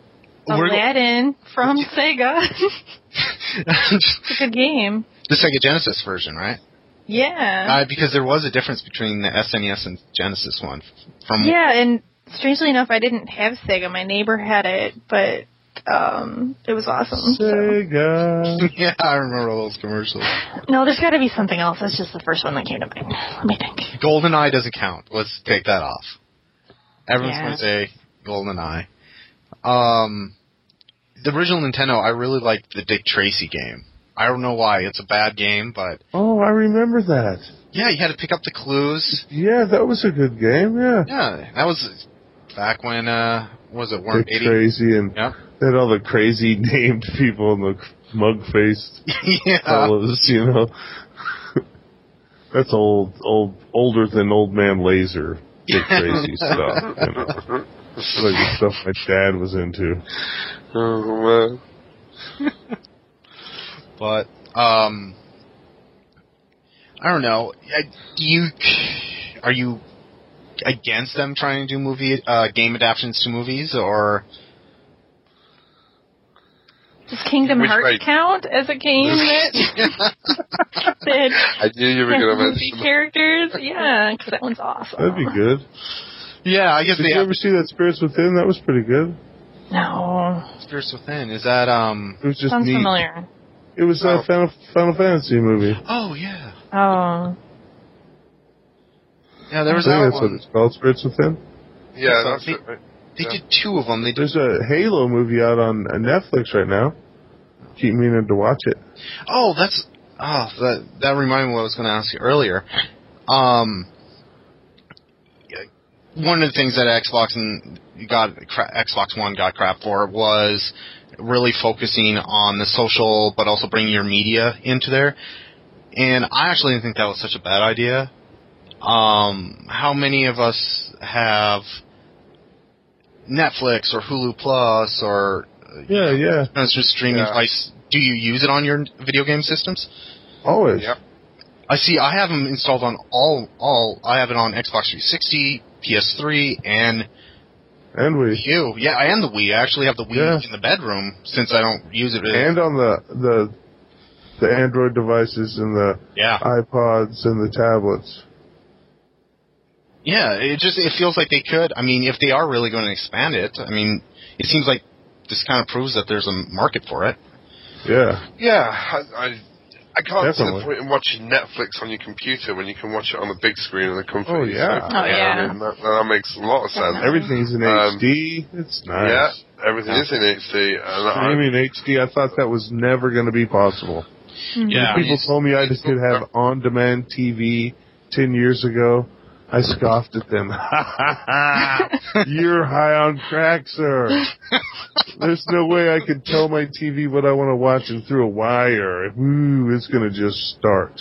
[SPEAKER 1] We're-
[SPEAKER 3] Aladdin from Sega.
[SPEAKER 1] the
[SPEAKER 3] it's a good game.
[SPEAKER 1] Sega Genesis version, right?
[SPEAKER 3] Yeah.
[SPEAKER 1] Uh, because there was a difference between the SNES and Genesis one. From
[SPEAKER 3] yeah, and strangely enough, I didn't have Sega. My neighbor had it, but um, it was awesome. So.
[SPEAKER 2] Sega.
[SPEAKER 1] Yeah, I remember all those commercials.
[SPEAKER 3] No, there's got to be something else. That's just the first one that came to mind. Let me think.
[SPEAKER 1] GoldenEye doesn't count. Let's take that off. Everyone's
[SPEAKER 3] Yeah.
[SPEAKER 1] going to say GoldenEye. Um, the original Nintendo, I really liked the Dick Tracy game. I don't know why. It's a bad game, but
[SPEAKER 2] Oh, I remember that.
[SPEAKER 1] yeah, you had to pick up the clues.
[SPEAKER 2] Yeah, that was a good game. Yeah.
[SPEAKER 1] Yeah, that was back when uh, what was it
[SPEAKER 2] Dick
[SPEAKER 1] Worm eighty?
[SPEAKER 2] Tracy and
[SPEAKER 1] Yeah.
[SPEAKER 2] they had all the crazy named people and the mug faced
[SPEAKER 1] yeah,
[SPEAKER 2] fellows, you know. That's old, old, older than old man laser. Dick Tracy stuff. You know. Like the stuff my dad was into.
[SPEAKER 4] oh man.
[SPEAKER 1] but um, I don't know. I- Do you are you against them trying to do movie uh, game adaptations to movies or?
[SPEAKER 3] Does Kingdom
[SPEAKER 4] Which
[SPEAKER 3] Hearts
[SPEAKER 4] way?
[SPEAKER 3] count as a game that that had
[SPEAKER 4] I knew you were going to
[SPEAKER 3] movie
[SPEAKER 4] mention that.
[SPEAKER 3] characters? Yeah, because that one's awesome.
[SPEAKER 2] That'd be good.
[SPEAKER 1] yeah, I guess
[SPEAKER 2] Did
[SPEAKER 1] they
[SPEAKER 2] you
[SPEAKER 1] have
[SPEAKER 2] ever see that Spirits Within? That was pretty good.
[SPEAKER 3] No,
[SPEAKER 1] Spirits Within. Is that um?
[SPEAKER 2] It was just
[SPEAKER 3] sounds
[SPEAKER 2] neat.
[SPEAKER 3] familiar.
[SPEAKER 2] It was a
[SPEAKER 1] Oh.
[SPEAKER 2] Final, Final Fantasy movie.
[SPEAKER 1] Oh yeah,
[SPEAKER 3] Oh,
[SPEAKER 1] yeah. There was
[SPEAKER 2] I
[SPEAKER 1] that
[SPEAKER 2] think that's what
[SPEAKER 1] one.
[SPEAKER 2] it's called, Spirits Within.
[SPEAKER 4] Yeah,
[SPEAKER 1] So
[SPEAKER 4] that's
[SPEAKER 1] the-
[SPEAKER 4] it. Right?
[SPEAKER 1] They did two of them. They did.
[SPEAKER 2] There's a Halo movie out on uh, Netflix right now. Keep meaning to watch it.
[SPEAKER 1] Oh, that's oh that that reminded me of what I was going to ask you earlier. Um, one of the things that Xbox and got cra- Xbox One got crap for was really focusing on the social, but also bringing your media into there. And I actually didn't think that was such a bad idea. Um, how many of us have Netflix or Hulu Plus or uh,
[SPEAKER 2] Yeah, yeah.
[SPEAKER 1] as your streaming
[SPEAKER 4] Yeah.
[SPEAKER 1] device, do you use it on your video game systems?
[SPEAKER 2] Always.
[SPEAKER 4] Yep.
[SPEAKER 1] I see. I have them installed on all. All I have it on Xbox 360, PS3, and
[SPEAKER 2] And we.
[SPEAKER 1] Wii U. Yeah, and the Wii. I actually have the Wii
[SPEAKER 2] Yeah.
[SPEAKER 1] in the bedroom since I don't use it. Really.
[SPEAKER 2] And on the, the, the Android devices and the
[SPEAKER 1] yeah,
[SPEAKER 2] iPods and the tablets.
[SPEAKER 1] yeah. It just it feels like they could. I mean, if they are really going to expand it, I mean, it seems like this kind of proves that there's a market for it.
[SPEAKER 2] Yeah.
[SPEAKER 4] Yeah, I, I, I can't see
[SPEAKER 2] Definitely.
[SPEAKER 4] the point in watching Netflix on your computer when you can watch it on the big screen in the comfort.
[SPEAKER 2] Oh,
[SPEAKER 4] of your
[SPEAKER 2] yeah.
[SPEAKER 4] sofa.
[SPEAKER 3] Oh, yeah.
[SPEAKER 4] I mean, that, that makes a lot of sense.
[SPEAKER 2] Everything's in
[SPEAKER 4] Um,
[SPEAKER 2] HD. It's nice.
[SPEAKER 4] Yeah, everything is in HD. And I,
[SPEAKER 2] Streaming HD, I thought that was never going to be possible.
[SPEAKER 1] Yeah.
[SPEAKER 2] People told me I just could have on-demand TV ten years ago. I scoffed at them. You're high on crack, sir. There's no way I could tell my TV what I want to watch and through a wire. Ooh, it's going to just start.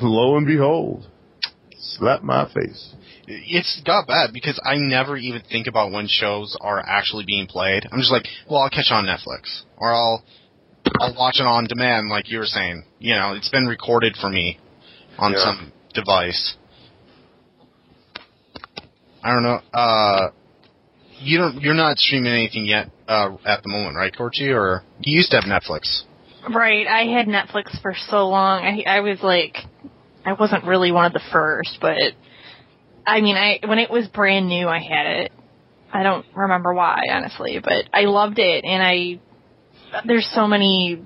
[SPEAKER 2] Lo and behold, slap my face.
[SPEAKER 1] It's got bad because I never even think about when shows are actually being played. I'm just like, well, I'll catch on Netflix or I'll I'll watch it on demand, like you were saying. You know, it's been recorded for me on
[SPEAKER 4] Yeah.
[SPEAKER 1] some device. I don't know. Uh, you don't. You're not streaming anything yet uh, at the moment, right, Corchi? Or you used to have Netflix.
[SPEAKER 3] Right. I had Netflix for so long. I I was like I wasn't really one of the first, but I mean, I when it was brand new, I had it. I don't remember why, honestly, but I loved it and I there's so many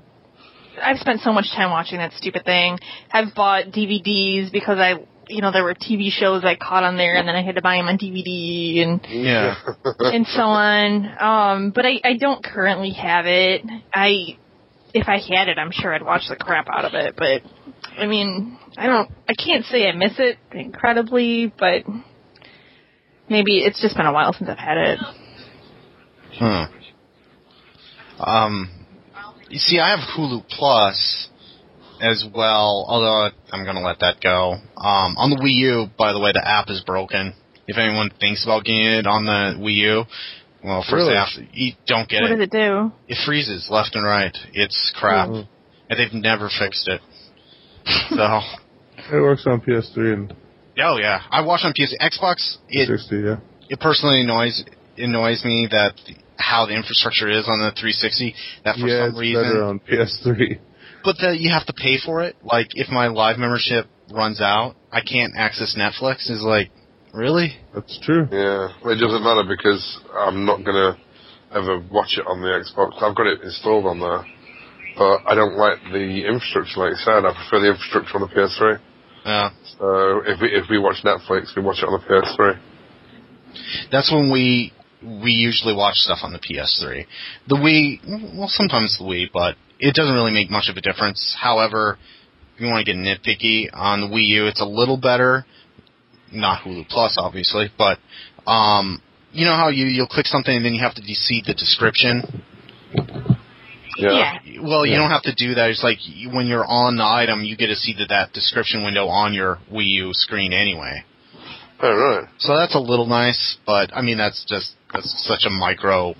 [SPEAKER 3] I've spent so much time watching that stupid thing. I've bought DVDs because I you know, there were TV shows I caught on there and then I had to buy them on DVD and
[SPEAKER 1] Yeah.
[SPEAKER 3] and so on. Um, but I, I don't currently have it. I, if I had it, I'm sure I'd watch the crap out of it. But I mean, I don't. I can't say I miss it incredibly, but maybe it's just been a while since I've had it.
[SPEAKER 1] Hmm. Um, you see, I have Hulu Plus as well, although I'm going to let that go. Um, on the Wii U, by the way, the app is broken. If anyone thinks about getting it on the Wii U, well, first
[SPEAKER 2] Really?
[SPEAKER 1] they have to, you don't get
[SPEAKER 3] what
[SPEAKER 1] it.
[SPEAKER 3] does it do?
[SPEAKER 1] It freezes left and right. It's crap.
[SPEAKER 2] Mhm.
[SPEAKER 1] and they've never fixed it. So,
[SPEAKER 2] It works on PS3 and
[SPEAKER 1] oh yeah, I watch on PS. Xbox, it
[SPEAKER 2] 60, yeah.
[SPEAKER 1] it personally annoys annoys me that the, how the infrastructure is on the 360. That for some
[SPEAKER 2] yeah, it's better
[SPEAKER 1] reason,
[SPEAKER 2] on PS3.
[SPEAKER 1] but that you have to pay for it. Like if my live membership runs out, I can't access Netflix. Is like really?
[SPEAKER 2] That's true.
[SPEAKER 4] Yeah, well, it doesn't matter because I'm not gonna ever watch it on the Xbox. I've got it installed on there, but I don't like the infrastructure. Like you said, I prefer the infrastructure on the PS3.
[SPEAKER 1] Uh,
[SPEAKER 4] So if we if we watch Netflix, we watch it on the PS3.
[SPEAKER 1] that's when we we usually watch stuff on the PS3. The Wii, well, sometimes the Wii, but it doesn't really make much of a difference. However, if you want to get nitpicky on the Wii U, it's a little better. Not Hulu Plus, obviously, but um, you know how you you'll click something and then you have to deceive the description.
[SPEAKER 4] Yeah.
[SPEAKER 1] Well, you
[SPEAKER 2] Yeah.
[SPEAKER 1] don't have to do that. It's like you- when you're on the item, you get to see that that description window on your Wii U screen anyway.
[SPEAKER 4] All Oh, right.
[SPEAKER 1] So that's a little nice, but I mean that's just that's such a micro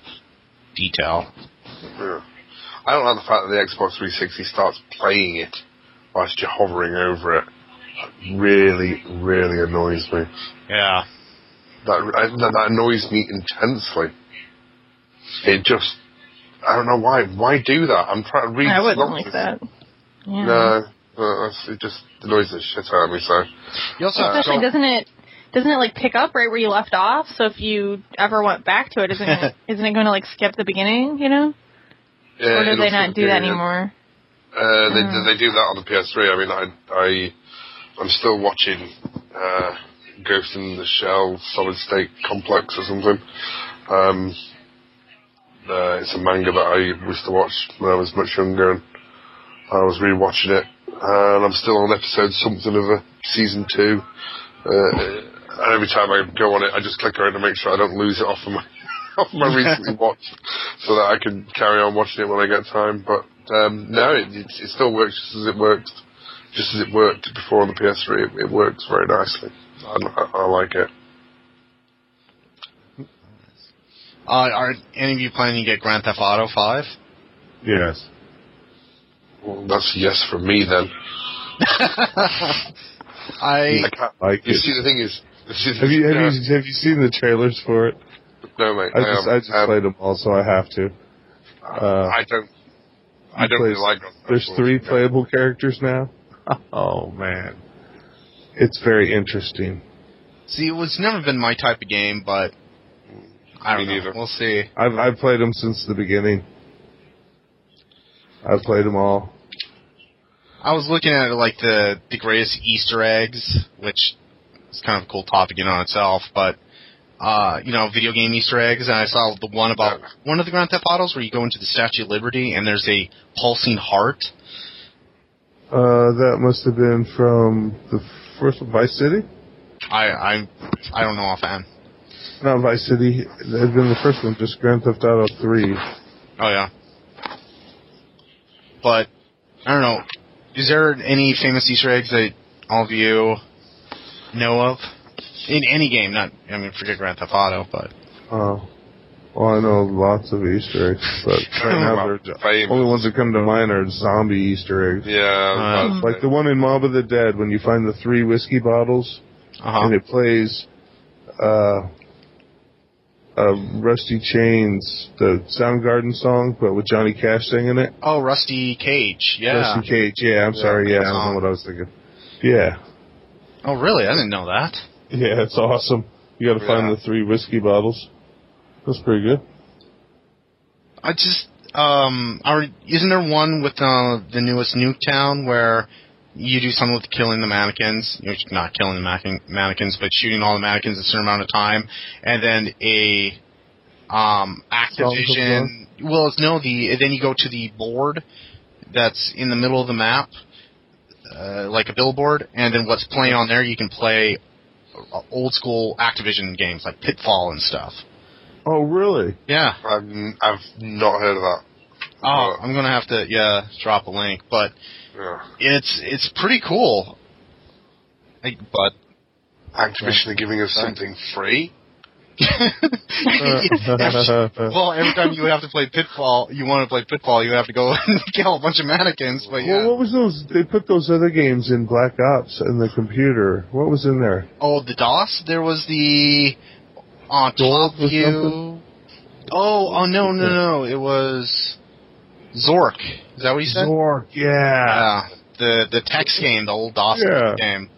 [SPEAKER 1] detail.
[SPEAKER 4] Yeah. I don't like the fact that the Xbox 360 starts playing it whilst you're hovering over it. That really, really annoys me.
[SPEAKER 1] Yeah.
[SPEAKER 4] That I- that, that annoys me intensely. It just, I don't know why. Why do that? I'm trying to read.
[SPEAKER 3] I wouldn't
[SPEAKER 4] synopsis.
[SPEAKER 3] like that. Yeah.
[SPEAKER 4] No, no, that's- it just annoys the shit out of me. So
[SPEAKER 1] You also have
[SPEAKER 3] Especially
[SPEAKER 1] to
[SPEAKER 3] doesn't it doesn't it like pick up right where you left off? So if you ever went back to it, isn't it, isn't it going to like skip the beginning? You know,
[SPEAKER 4] yeah,
[SPEAKER 3] or do
[SPEAKER 4] it'll
[SPEAKER 3] they not
[SPEAKER 4] keep
[SPEAKER 3] do that
[SPEAKER 4] doing it.
[SPEAKER 3] anymore?
[SPEAKER 4] Uh, they,
[SPEAKER 3] Mm.
[SPEAKER 4] they do that on the PS3. I mean, I, I, I'm still watching uh, Ghost in the Shell Solid State Complex or something. Um, uh, it's a manga that I used to watch when I was much younger, and I was rewatching it. And I'm still on episode something of a season two. Uh, and every time I go on it, I just click around to make sure I don't lose it off of my off my recently watched, so that I can carry on watching it when I get time. But um, no, it, it, it still works just as it worked, just as it worked before on the PS3. It, it works very nicely. I, I, I like it.
[SPEAKER 1] uh, are any of you planning to get Grand Theft Auto Five?
[SPEAKER 2] Yes.
[SPEAKER 4] That's a yes from me then.
[SPEAKER 1] I
[SPEAKER 4] I can't,
[SPEAKER 2] Like
[SPEAKER 4] you
[SPEAKER 2] it.
[SPEAKER 4] see, the thing is, this is
[SPEAKER 2] Have you have
[SPEAKER 4] no,
[SPEAKER 2] you
[SPEAKER 1] uh,
[SPEAKER 2] have you seen the trailers for it?
[SPEAKER 4] no, mate.
[SPEAKER 2] I just
[SPEAKER 4] um,
[SPEAKER 2] I just
[SPEAKER 4] um,
[SPEAKER 2] played them all, so I have to. uh,
[SPEAKER 4] I don't. I don't
[SPEAKER 2] plays-
[SPEAKER 4] really like. Grand Theft
[SPEAKER 2] There's
[SPEAKER 4] Auto.
[SPEAKER 2] three playable characters now. Oh man, it's very interesting.
[SPEAKER 1] see it was never been my type of game, but I don't
[SPEAKER 4] Me
[SPEAKER 1] know.
[SPEAKER 4] neither.
[SPEAKER 1] We'll see.
[SPEAKER 2] I've I've played them since the beginning. I've played them all.
[SPEAKER 1] I was looking at like the the greatest Easter eggs, which is kind of a cool topic in on itself, but uh, you know, video game Easter eggs, and I saw the one about one of the Grand Theft Autos where you go into the Statue of Liberty and there's a pulsing heart.
[SPEAKER 2] Uh, that must have been from the first one, Vice City.
[SPEAKER 1] I I I don't know offhand.
[SPEAKER 2] Not Vice City. That had been the first one, just Grand Theft Auto Three.
[SPEAKER 1] Oh yeah, but I don't know. Is there any famous Easter eggs that all of you know of in any game? Not I mean, forget Grand Theft Auto, but
[SPEAKER 2] Oh. Well, I know lots of Easter eggs, but right now
[SPEAKER 4] Well,
[SPEAKER 2] they're the
[SPEAKER 4] famous.
[SPEAKER 2] only ones that come to mind are zombie Easter eggs.
[SPEAKER 4] Yeah,
[SPEAKER 1] Uh,
[SPEAKER 4] that's
[SPEAKER 2] Like the one in Mob of the Dead when you find the three whiskey bottles
[SPEAKER 1] uh
[SPEAKER 2] and it plays uh, uh, Rusty Chains, the Soundgarden song, but with Johnny Cash singing it.
[SPEAKER 1] Oh, Rusty Cage. Yeah.
[SPEAKER 2] Rusty Cage, yeah, I'm
[SPEAKER 4] Yeah,
[SPEAKER 2] sorry, yeah,
[SPEAKER 1] good
[SPEAKER 2] I don't
[SPEAKER 1] song.
[SPEAKER 2] know what I was thinking. Yeah,
[SPEAKER 1] Oh, really? I didn't know that.
[SPEAKER 2] yeah, it's awesome. You gotta
[SPEAKER 4] Yeah.
[SPEAKER 2] find the three whiskey bottles. That's pretty good.
[SPEAKER 1] I just um, are, isn't there one with uh, the newest Nuketown where you do something with killing the mannequins? You know, not killing the mannequin, mannequins, but shooting all the mannequins a certain amount of time, and then a um, Activision. Well, it's no the then you go to the board that's in the middle of the map, uh, like a billboard, and then what's playing on there, you can play uh, old school Activision games like Pitfall and stuff.
[SPEAKER 2] Oh, really?
[SPEAKER 1] Yeah.
[SPEAKER 4] I've, I've not heard of that.
[SPEAKER 1] Oh, I'm gonna have to yeah drop a link, but
[SPEAKER 4] Yeah.
[SPEAKER 1] it's it's pretty cool. I, but
[SPEAKER 4] Activision are giving us
[SPEAKER 1] Right.
[SPEAKER 4] something free.
[SPEAKER 1] well, every time you have to play Pitfall, you want to play Pitfall, you have to go and kill a bunch of mannequins. But yeah,
[SPEAKER 2] Well, what was those? They put those other games in Black Ops and the computer. What was in there?
[SPEAKER 1] oh, the DOS. There was the on
[SPEAKER 2] Gold
[SPEAKER 1] top
[SPEAKER 2] or
[SPEAKER 1] view.
[SPEAKER 2] something?
[SPEAKER 1] Oh, oh no, no, no! It was Zork. Is that what you said?
[SPEAKER 2] Zork. Yeah.
[SPEAKER 1] Yeah, the the text game, the old DOS
[SPEAKER 2] Uh, Yeah.
[SPEAKER 1] game.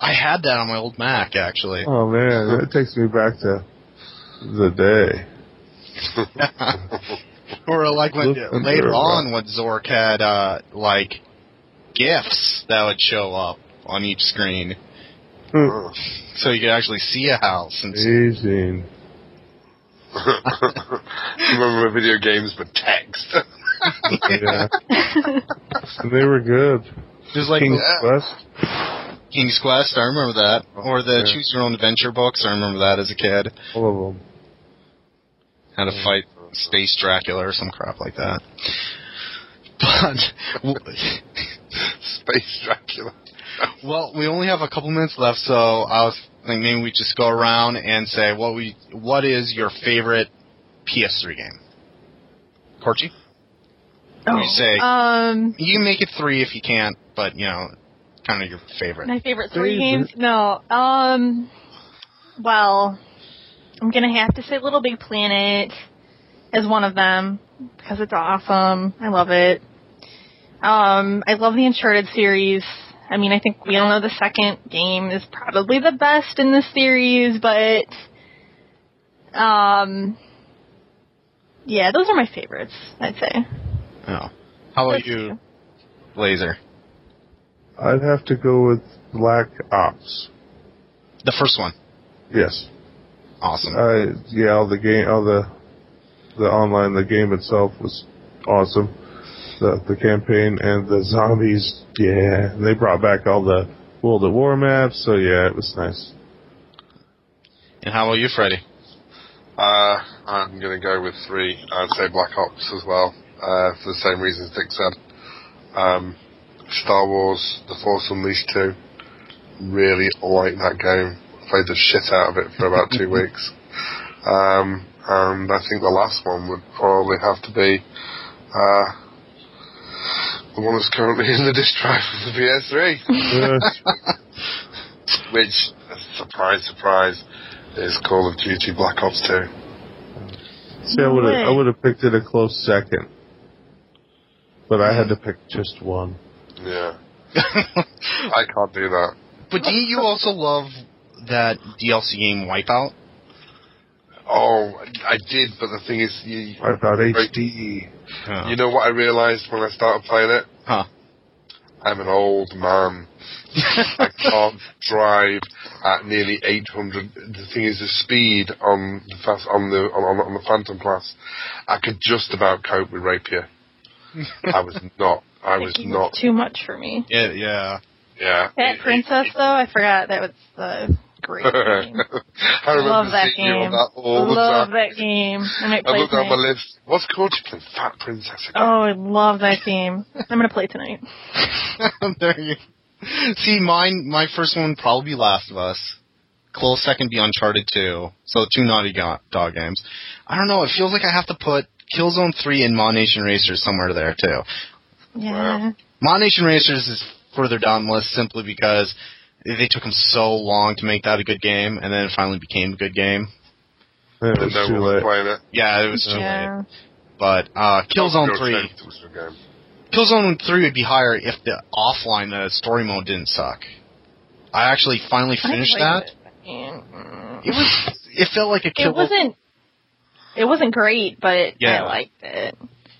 [SPEAKER 1] I had that on my old Mac actually.
[SPEAKER 2] Oh man, that takes me back to the day.
[SPEAKER 1] or uh, like when
[SPEAKER 2] Look under
[SPEAKER 1] later
[SPEAKER 2] a
[SPEAKER 1] on when Zork had uh like gifts that would show up on each screen,
[SPEAKER 2] Hmm.
[SPEAKER 1] so you could actually see a house. And
[SPEAKER 2] Amazing.
[SPEAKER 4] Remember video games, but text.
[SPEAKER 2] Yeah. And they were good.
[SPEAKER 1] there's like
[SPEAKER 2] King's
[SPEAKER 1] uh,
[SPEAKER 2] Quest.
[SPEAKER 1] King's Quest. I remember that, or the
[SPEAKER 2] Yeah.
[SPEAKER 1] Choose Your Own Adventure books. I remember that as a kid.
[SPEAKER 2] All of them.
[SPEAKER 1] How to fight Space Dracula or some crap like that. But
[SPEAKER 4] Space Dracula.
[SPEAKER 1] Well, we only have a couple minutes left, so I was thinking maybe we just go around and say what we what is your favorite PS3 game? Corchi, What do you say?
[SPEAKER 3] Um,
[SPEAKER 1] you can make it three if you can't, but you know, kind of your favorite.
[SPEAKER 3] my favorite three
[SPEAKER 2] Favorite.
[SPEAKER 3] games? No. Um, well, I'm gonna have to say Little Big Planet is one of them because it's awesome. I love it. Um, I love the Uncharted series. I mean, I think we all know the second game is probably the best in the series, but um, yeah, those are my favorites. I'd say.
[SPEAKER 1] Oh. How
[SPEAKER 3] Those
[SPEAKER 1] about you, Laser?
[SPEAKER 2] I'd have to go with Black Ops.
[SPEAKER 1] The first one,
[SPEAKER 2] Yes.
[SPEAKER 1] awesome.
[SPEAKER 2] Uh, yeah, all the game, all the the online, the game itself was awesome. The the campaign and the zombies, yeah, and they brought back all the World at War maps, so yeah, it was nice.
[SPEAKER 1] and how about you, Freddy?
[SPEAKER 4] Uh, I'm going to go with three. I'd say Black Ops as well, uh, for the same reasons Dick said. Um, Star Wars, The Force Unleashed 2. Really like that game. Played the shit out of it for about two weeks. Um, and I think the last one would probably have to be uh, the one that's currently in the disk drive of the PS3
[SPEAKER 2] Uh,
[SPEAKER 4] which, surprise, surprise, is Call of Duty Black Ops 2.
[SPEAKER 2] see, I would have I would have picked it a close second, but I had to pick just one.
[SPEAKER 4] Yeah. I can't do that.
[SPEAKER 1] but do you also love that DLC game Wipeout?
[SPEAKER 4] Oh, I did, but the thing is, you,
[SPEAKER 2] I thought HD.
[SPEAKER 1] Oh.
[SPEAKER 4] you know what I realised when I started playing it?
[SPEAKER 1] Huh.
[SPEAKER 4] I'm an old man. I can't drive at nearly 800. The thing is, the speed on the fast on the on, on the Phantom class, I could just about cope with Rapier. I was not. I was
[SPEAKER 3] Like,
[SPEAKER 4] not.
[SPEAKER 3] too much for me.
[SPEAKER 1] yeah, yeah.
[SPEAKER 4] Yeah.
[SPEAKER 3] That
[SPEAKER 4] It- it-
[SPEAKER 3] princess, though, I forgot that was the great game.
[SPEAKER 4] I remember
[SPEAKER 3] love that
[SPEAKER 4] seeing you on
[SPEAKER 3] game.
[SPEAKER 4] that all the
[SPEAKER 3] love
[SPEAKER 4] time.
[SPEAKER 3] that game. I might
[SPEAKER 4] Oh, I
[SPEAKER 3] play
[SPEAKER 4] looked down my
[SPEAKER 3] tonight.
[SPEAKER 4] list. What's called you can Fat Princess again?
[SPEAKER 3] Oh, I love that game. I'm gonna play tonight.
[SPEAKER 1] there you see mine my first one would probably be last of us close second be uncharted 2 so two naughty Go- dog games i don't know it feels like i have to put killzone 3 and mon nation racers somewhere there too
[SPEAKER 3] Yeah.
[SPEAKER 1] mon nation racers is further down the list simply because they took them so long to make that a good game and then it finally became a good game
[SPEAKER 2] Then It
[SPEAKER 4] Didn't
[SPEAKER 2] was
[SPEAKER 4] know
[SPEAKER 2] too
[SPEAKER 4] we were
[SPEAKER 2] late.
[SPEAKER 4] playing it.
[SPEAKER 1] yeah it was too late
[SPEAKER 3] Yeah.
[SPEAKER 1] but uh
[SPEAKER 4] Your
[SPEAKER 1] killzone 3
[SPEAKER 4] attempt was the game.
[SPEAKER 1] Killzone 3 would be higher if the offline, the story mode didn't suck. I actually finally
[SPEAKER 3] I
[SPEAKER 1] finished that.
[SPEAKER 3] like it. Mm.
[SPEAKER 1] It was. It felt like a kill.
[SPEAKER 3] It wasn't. It wasn't great, but
[SPEAKER 1] Yeah.
[SPEAKER 3] I liked it.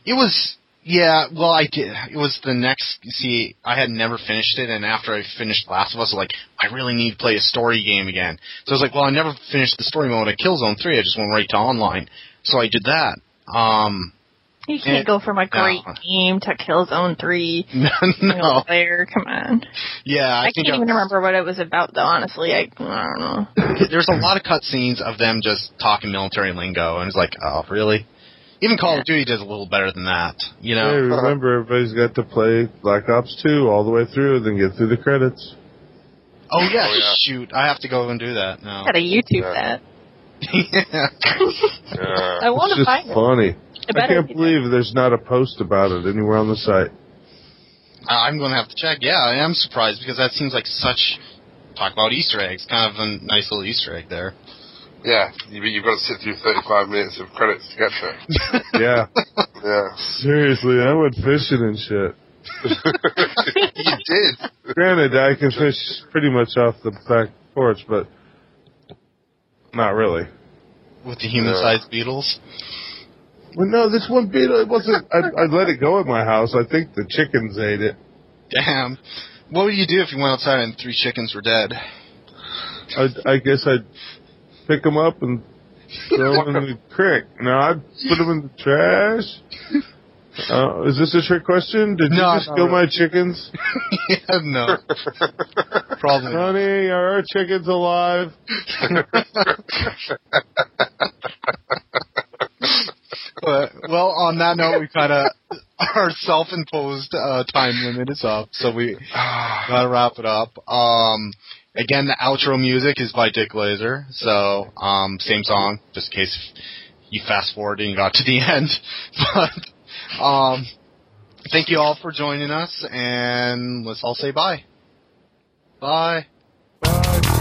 [SPEAKER 1] It was. Yeah. Well, I did. It was the next. you See, I had never finished it, and after I finished Last of Us, I was like I really need to play a story game again. So I was like, well, I never finished the story mode at Killzone Three. I just went right to online. So I did that. Um,
[SPEAKER 3] You can't
[SPEAKER 1] It-
[SPEAKER 3] go from a great
[SPEAKER 1] no.
[SPEAKER 3] game to Killzone Three.
[SPEAKER 1] no,
[SPEAKER 3] single player. Come on.
[SPEAKER 1] yeah, I,
[SPEAKER 3] I,
[SPEAKER 1] think
[SPEAKER 3] can't even
[SPEAKER 1] I-
[SPEAKER 3] remember what it was about, though. Honestly, I, I don't know.
[SPEAKER 1] there's a lot of cutscenes of them just talking military lingo, and it's like, oh, really? Even Call of Duty does a little better than that, you
[SPEAKER 2] Hey,
[SPEAKER 1] know.
[SPEAKER 2] remember everybody's got to play Black Ops 2 all the way through, then get through the credits.
[SPEAKER 1] Oh yeah,
[SPEAKER 4] Oh, yeah.
[SPEAKER 1] shoot! I have to go and do that now.
[SPEAKER 3] Gotta YouTube
[SPEAKER 4] Yeah.
[SPEAKER 3] that.
[SPEAKER 1] yeah.
[SPEAKER 4] Yeah.
[SPEAKER 3] I want
[SPEAKER 2] It's
[SPEAKER 3] to
[SPEAKER 2] just
[SPEAKER 3] find it.
[SPEAKER 2] funny.
[SPEAKER 3] I
[SPEAKER 2] I
[SPEAKER 3] better
[SPEAKER 2] can't
[SPEAKER 3] be
[SPEAKER 2] believe there's not a post about it anywhere on the site.
[SPEAKER 1] I- Uh, I'm going to have to check. Yeah, I am surprised because that seems like such talk about Easter eggs, kind of a nice little Easter egg there.
[SPEAKER 4] yeah. You, you've got to sit through 35 minutes of credits to get there.
[SPEAKER 2] Yeah.
[SPEAKER 4] Yeah.
[SPEAKER 2] Seriously, I went fishing and shit.
[SPEAKER 4] you did.
[SPEAKER 2] Granted, I can fish pretty much off the back porch, but not really.
[SPEAKER 1] With the human-sized beetles.
[SPEAKER 2] Well, no, this one beetle, it wasn't. I, I let it go at my house. I think the chickens ate it.
[SPEAKER 1] Damn. What would you do if you went outside and three chickens were dead?
[SPEAKER 2] I, I guess I'd pick them up and throw them in the creek. No, I'd put them in the trash. Uh, is this a trick question? Did
[SPEAKER 1] No,
[SPEAKER 2] you just
[SPEAKER 1] not
[SPEAKER 2] kill
[SPEAKER 1] really.
[SPEAKER 2] my chickens?
[SPEAKER 1] yeah, no. Probably. not.
[SPEAKER 2] Honey, are our chickens alive?
[SPEAKER 1] But, well, on that note, we kind of our self-imposed uh, time limit is up, so we gotta wrap it up. Um, again, the outro music is by Dick Laser, so um, same song, just in case you fast forward and you got to the end. But um, thank you all for joining us, and let's all say bye. Bye.
[SPEAKER 2] Bye.